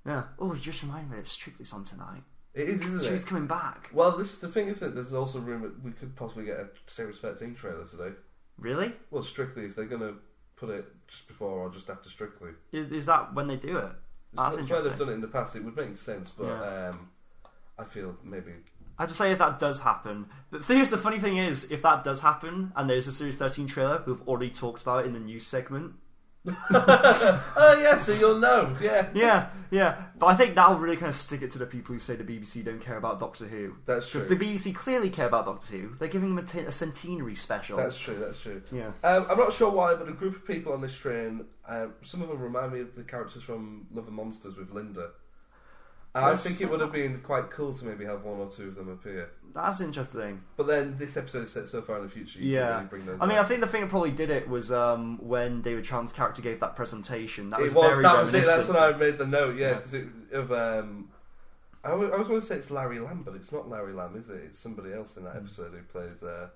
S8: Yeah. Oh, you just reminded me that Strictly's on tonight.
S6: It is, isn't
S8: She's
S6: it?
S8: coming back.
S6: Well, this is the thing, isn't it? There's also rumour we could possibly get a Series 13 trailer today.
S8: Really?
S6: Well, Strictly, if they're going to put it just before or just after Strictly.
S8: Is, is that when they do it? That's
S6: It's where
S8: interesting.
S6: they've done it in the past, it would make sense, but
S8: Yeah.
S6: um, I feel maybe.
S8: I just say if that does happen. The thing is, the funny thing is, if that does happen, and there's a Series 13 trailer, we've already talked about it in the
S6: *laughs*
S8: news segment.
S6: Oh, yeah, so you'll know. Yeah.
S8: Yeah, yeah. But I think that'll really kind of stick it to the people who say the BBC don't care about Doctor Who.
S6: That's
S8: Because
S6: true.
S8: the BBC clearly care about Doctor Who. They're giving them a, t- a centenary special.
S6: That's true, that's true.
S8: Yeah.
S6: Um, I'm not sure why, but a group of people on this train, uh, some of them remind me of the characters from Love and Monsters with Linda. And I
S8: Yes.
S6: think it would have been quite cool to maybe have one or two of them appear.
S8: That's interesting.
S6: But then this episode is set so far in the future, you can
S8: Yeah.
S6: really bring those
S8: I mean,
S6: out.
S8: I think the thing that probably did it was um, when David Tran's character gave that presentation. That was,
S6: It was
S8: very
S6: that was it.
S8: reminiscent.
S6: That's when I made the note. Yeah, because it of um, I wa- I was going to say it's Larry Lamb, but it's not Larry Lamb, is it? It's somebody else in that episode who plays uh,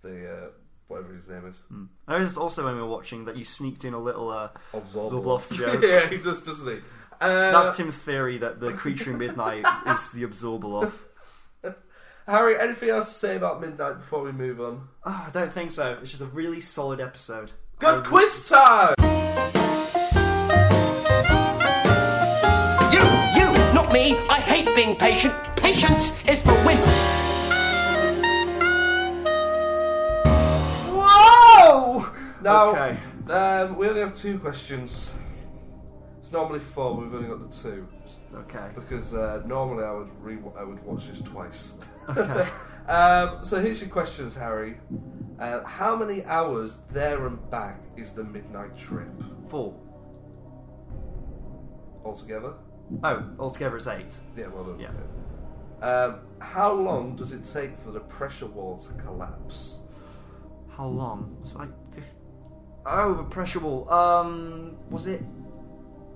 S6: the uh, whatever his name is.
S8: I noticed also when we were watching that you sneaked in a little uh,
S6: Absorb
S8: the bluff
S6: *laughs*
S8: joke.
S6: yeah, he does, doesn't he? Uh,
S8: That's Tim's theory that the creature
S6: *laughs*
S8: in midnight is the absorbaloff.
S6: Harry, anything else to say about Midnight before we move on?
S8: Oh, I don't think so. It's just a really solid episode.
S6: Good quiz time.
S9: You, you, not me. I hate being patient. Patience is for wimps.
S8: Whoa!
S6: Now,
S8: Okay.
S6: um, we only have two questions. It's normally four. We've only got the two.
S8: Okay.
S6: because uh, normally I would re- I would watch this twice. *laughs* um, so here's your questions, Harry. Uh, how many hours there and back is the midnight trip
S8: *laughs* Four.
S6: altogether?
S8: Oh, altogether it's eight.
S6: Yeah, well done.
S8: Yeah.
S6: Um, how long does it take for the pressure wall to collapse?
S8: How long? It's like 50. Oh, the pressure wall. Um, was it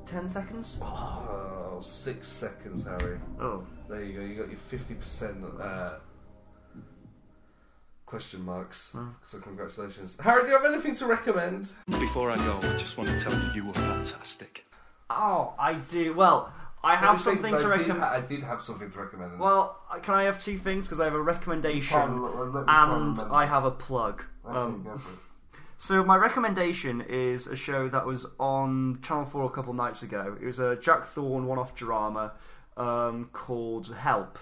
S8: 10 seconds?
S6: Oh, six seconds, Harry.
S8: Oh.
S6: There you go. You got your fifty percent uh, Question marks.
S8: Hmm.
S6: So congratulations, Harry. Do you have anything to recommend?
S10: Before I go, I just want to tell you you were fantastic.
S8: Oh, I do. Well, I have something to
S6: I did,
S8: recommend.
S6: I did have something to recommend.
S8: Well, I- can I have two things? Because I have a recommendation
S6: Fine, let- let me try and
S8: and
S6: remember.
S8: I have a plug.
S6: Okay,
S8: Um,
S6: go for it.
S8: so my recommendation is a show that was on Channel Four a couple nights ago. It was a Jack Thorne one-off drama um, called Help.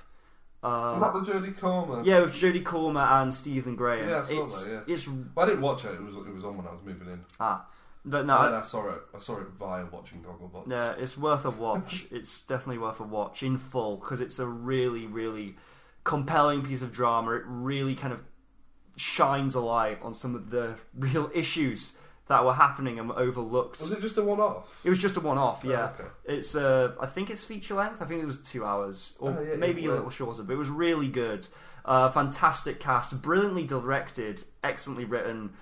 S6: Is
S8: Um,
S6: that the Jodie Comer?
S8: yeah, with Jodie Comer and Stephen Graham.
S6: Yeah, I saw
S8: it's,
S6: that, yeah.
S8: It's
S6: Well, I didn't watch it. It was it was on when I was moving in.
S8: ah, but no,
S6: I, I saw it. I saw it via watching Gogglebox.
S8: Yeah, it's worth a watch. it's definitely worth a watch in full because it's a really, really compelling piece of drama. It really kind of shines a light on some of the *laughs* real issues that were happening and were overlooked.
S6: Was it just a one-off?
S8: It was just a one-off, yeah.
S6: okay.
S8: It's uh, I think it's feature length. I think it was two hours, or
S6: Oh, yeah,
S8: maybe
S6: it
S8: a
S6: was.
S8: little shorter. But it was really good. Uh, fantastic cast, brilliantly directed, excellently written.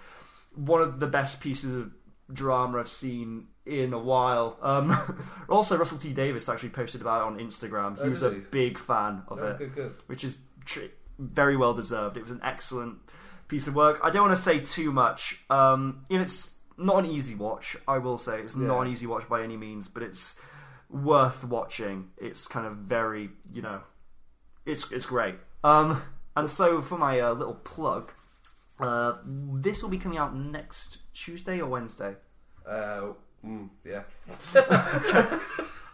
S8: One of the best pieces of drama I've seen in a while. Um, *laughs* also, Russell T Davis actually posted about it on Instagram. He
S6: Oh,
S8: was
S6: did
S8: a
S6: he?
S8: big fan of
S6: Oh,
S8: it,
S6: good, good.
S8: which is tr- very well deserved. It was an excellent piece of work. I don't want to say too much. Um, you know, it's not an easy watch. I will say it's not an easy watch by any means, but it's worth watching. It's kind of very, you know, it's it's great. Um, and so for my uh, little plug, uh, this will be coming out next Tuesday or Wednesday.
S6: Uh, mm, yeah.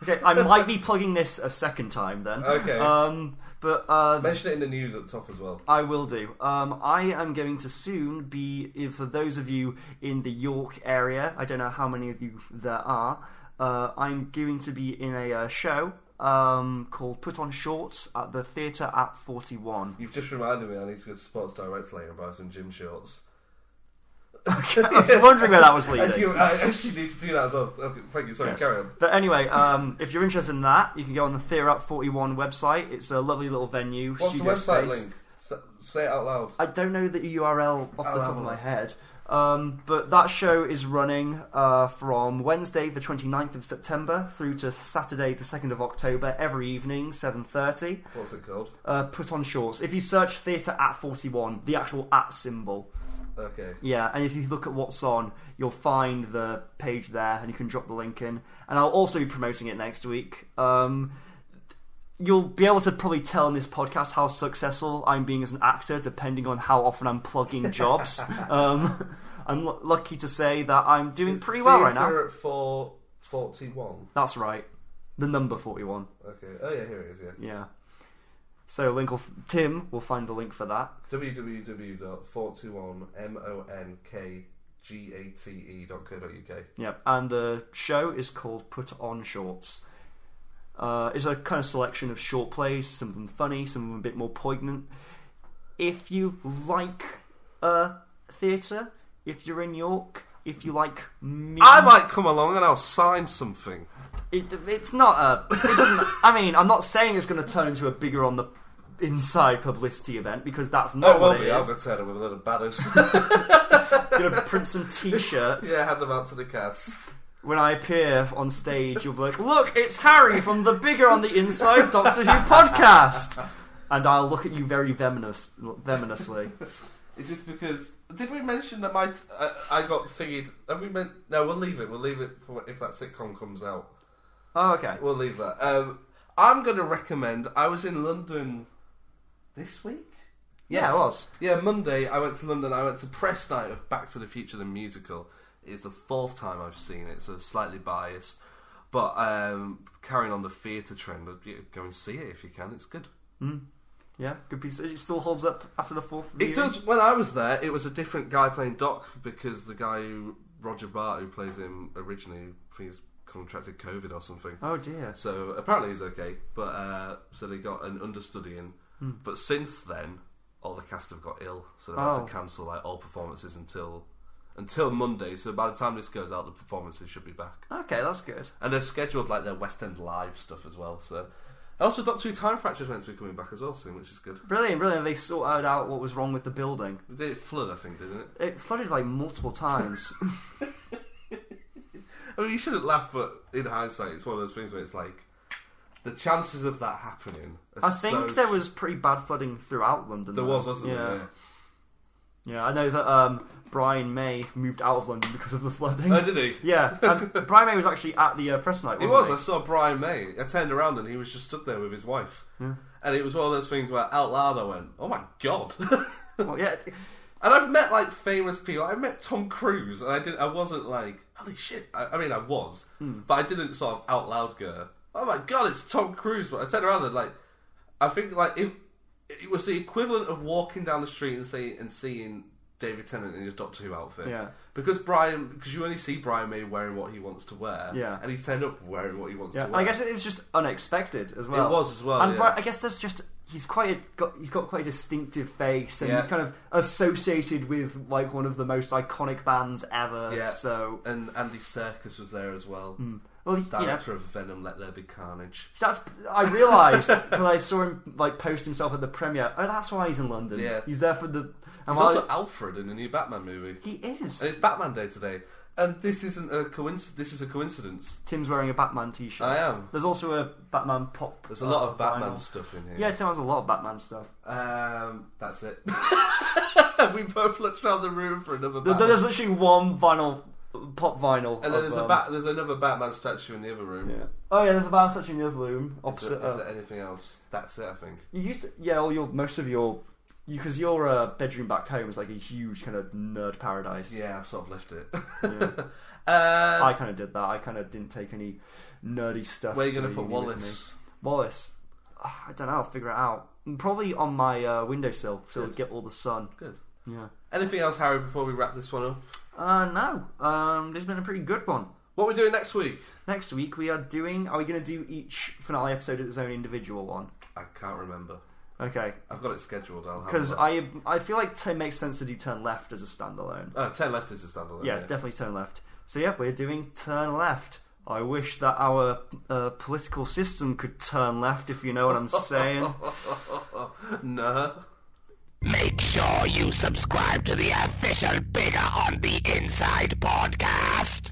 S8: Okay, I might be plugging this a second time then.
S6: Okay.
S8: Um, but uh,
S6: Mention it in the news at the top as well.
S8: I will do. Um, I am going to soon be, if- for those of you in the York area, I don't know how many of you there are, uh, I'm going to be in a uh, show um, called Put on Shorts at the Theatre at 41.
S6: You've just reminded me I need to go to Sports Direct later and buy some gym shorts.
S8: I was wondering where that was
S6: Thank
S8: leading.
S6: you. I actually need to do that as well. Okay, thank you. Sorry,
S8: Yes.
S6: carry on.
S8: But anyway, um, if you're interested in that, you can go on the Theatre at 41 website. It's a lovely little venue.
S6: What's the
S8: studio
S6: website
S8: space.
S6: link? S- Say it out loud.
S8: I don't know the URL off the
S6: I'll
S8: top
S6: have
S8: of
S6: a
S8: my
S6: look.
S8: head. Um, but that show is running uh, from Wednesday, the 29th of September, through to Saturday, the 2nd of October, every evening, 7.30.
S6: What's it called?
S8: Uh, put on shorts. If you search Theatre at 41, the actual at symbol,
S6: Okay.
S8: yeah, and if you look at what's on, you'll find the page there, and you can drop the link in. And I'll also be promoting it next week. Um, you'll be able to probably tell in this podcast how successful I'm being as an actor, depending on how often I'm plugging jobs. um, I'm l- lucky to say that I'm doing pretty well right now.
S6: Theatre at four forty-one.
S8: That's right, the number forty-one.
S6: Okay. Oh yeah, here it is. Yeah.
S8: Yeah. So link will f- Tim will find the link for that.
S6: E www.421monkgate.co.uk.
S8: Yep, and the show is called Put On Shorts. Uh, it's a kind of selection of short plays, some of them funny, some of them a bit more poignant. If you like uh, theatre, if you're in York, if you like me,
S6: I might come along and I'll sign something.
S8: it, it's not a. It doesn't. I mean, I'm not saying it's going to turn into a bigger on the inside publicity event because that's not
S6: Oh,
S8: what
S6: well,
S8: it
S6: be. I'll
S8: is.
S6: be turning with a little badders. *laughs*
S8: I'm going to print some T-shirts.
S6: yeah, hand them out to the cast.
S8: when I appear on stage, you'll be like, "Look, it's Harry from the Bigger on the Inside Doctor Who podcast," and I'll look at you very venomous, venomously.
S6: Is this because did we mention that my t- uh, I, I got figured? Have we meant? No, we'll leave it. We'll leave it for if that sitcom comes out.
S8: Oh, okay.
S6: We'll leave that. Um, I'm going to recommend. I was in London this week.
S8: Yeah, I was.
S6: Yeah, Monday I went to London. I went to press night of Back to the Future the musical. It's the fourth time I've seen it, so slightly biased. But um, carrying on the theatre trend, I'd- yeah, go and see it if you can. It's good.
S8: Yeah, good piece. It still holds up after the fourth.
S6: It
S8: viewing.
S6: does. When I was there, it was a different guy playing Doc because the guy who Roger Bart, who plays him originally, I think he's contracted COVID or something.
S8: Oh dear.
S6: So apparently he's okay, but uh, so they got an understudy in.
S8: Hmm.
S6: But since then, all the cast have got ill, so they've had
S8: Oh.
S6: to cancel like all performances until until Monday. So by the time this goes out, the performances should be back,
S8: Okay, that's good.
S6: and they've scheduled like their West End live stuff as well. So and also, Doctor Who Time Fracture's meant to be coming back as well soon, which is good.
S8: Brilliant, brilliant. They sorted out what was wrong with the building.
S6: They did it flood, I think, didn't it?
S8: It flooded like
S6: *laughs*
S8: multiple times.
S6: I mean, you shouldn't laugh, but in hindsight, it's one of those things where it's like the chances of that happening. Are
S8: I think
S6: so
S8: there was pretty bad flooding throughout London.
S6: There
S8: though.
S6: was, wasn't
S8: yeah.
S6: there?
S8: Yeah, I know that um, Brian May moved out of London because of the flooding.
S6: Oh, did he?
S8: Yeah, and Brian May was actually at the uh, press night.
S6: He
S8: Wasn't
S6: was. I saw Brian May. I turned around and he was just stood there with his wife.
S8: Yeah.
S6: And it was one of those things where out loud I went, "Oh my god!"
S8: Well, yeah. it-
S6: and I've met like famous people. I met Tom Cruise, and I didn't. I wasn't like, "Holy shit!" I, I mean, I was,
S8: Hmm.
S6: but I didn't sort of out loud go, "Oh my god, it's Tom Cruise!" But I turned around and like, I think like it, it was the equivalent of walking down the street and seeing and seeing David Tennant in his Doctor Who outfit.
S8: Yeah.
S6: Because Brian, because you only see Brian May wearing what he wants to wear.
S8: Yeah.
S6: And he turned up wearing what he wants
S8: Yeah,
S6: to
S8: and
S6: wear.
S8: I guess it was just unexpected as well.
S6: It was as well,
S8: And
S6: yeah.
S8: Bri- I guess that's just he's quite a, got he's got quite a distinctive face, and
S6: Yeah.
S8: he's kind of associated with like one of the most iconic bands ever.
S6: Yeah.
S8: So,
S6: and Andy Serkis was there as well.
S8: well, he- you know,
S6: Director of Venom, Let There Be Carnage.
S8: that's I realised when I saw him like post himself at the premiere. Oh, that's why he's in London.
S6: Yeah.
S8: he's there for the. And
S6: He's
S8: while-
S6: also Alfred in the new Batman movie.
S8: he is.
S6: And it's Batman Day today, and this isn't a coincidence. This is a coincidence.
S8: Tim's wearing a Batman T-shirt.
S6: I am.
S8: There's also a Batman pop.
S6: There's a lot
S8: uh,
S6: of Batman
S8: vinyl.
S6: stuff in here.
S8: Yeah, Tim has a lot of Batman stuff.
S6: Um, that's it. *laughs* we both looked around the room for another.
S8: There-
S6: Batman.
S8: There's literally one vinyl, pop vinyl.
S6: and then
S8: of,
S6: there's
S8: um,
S6: a bat. There's another Batman statue in the other room.
S8: Yeah. Oh yeah, there's a Batman statue in the other room
S6: Is,
S8: opposite.
S6: there, is
S8: uh,
S6: there anything else? That's it. I think.
S8: you used to, yeah, all your most of your, because your uh, bedroom back home is like a huge kind of nerd paradise.
S6: Yeah, I've sort of left it. *laughs*
S8: Yeah.
S6: uh,
S8: I kind of did that. I kind of didn't take any nerdy stuff.
S6: where are you
S8: to
S6: going to
S8: the
S6: put
S8: uni with
S6: Wallace?
S8: me. Wallace, Ah, I don't know. I'll figure it out. Probably on my uh, windowsill, so it'll
S6: Good.
S8: get all the sun.
S6: Good.
S8: Yeah.
S6: Anything else, Harry? Before we wrap this one up,
S8: Uh, no. Um, there's been a pretty good one.
S6: what are we doing next week?
S8: Next week we are doing. Are we going to do each finale episode of its own individual one?
S6: I can't remember.
S8: Okay.
S6: I've got it scheduled. I'll have
S8: Because
S6: a look.
S8: I I feel like Tim makes sense to do turn left as a standalone.
S6: Uh, ten left is a standalone. *laughs*
S8: yeah, definitely turn left. So yeah, we're doing turn left. I wish that our uh, political system could turn left, if you know what I'm saying.
S6: Oh, No.
S9: Make sure you subscribe to the official Bigger on the Inside podcast.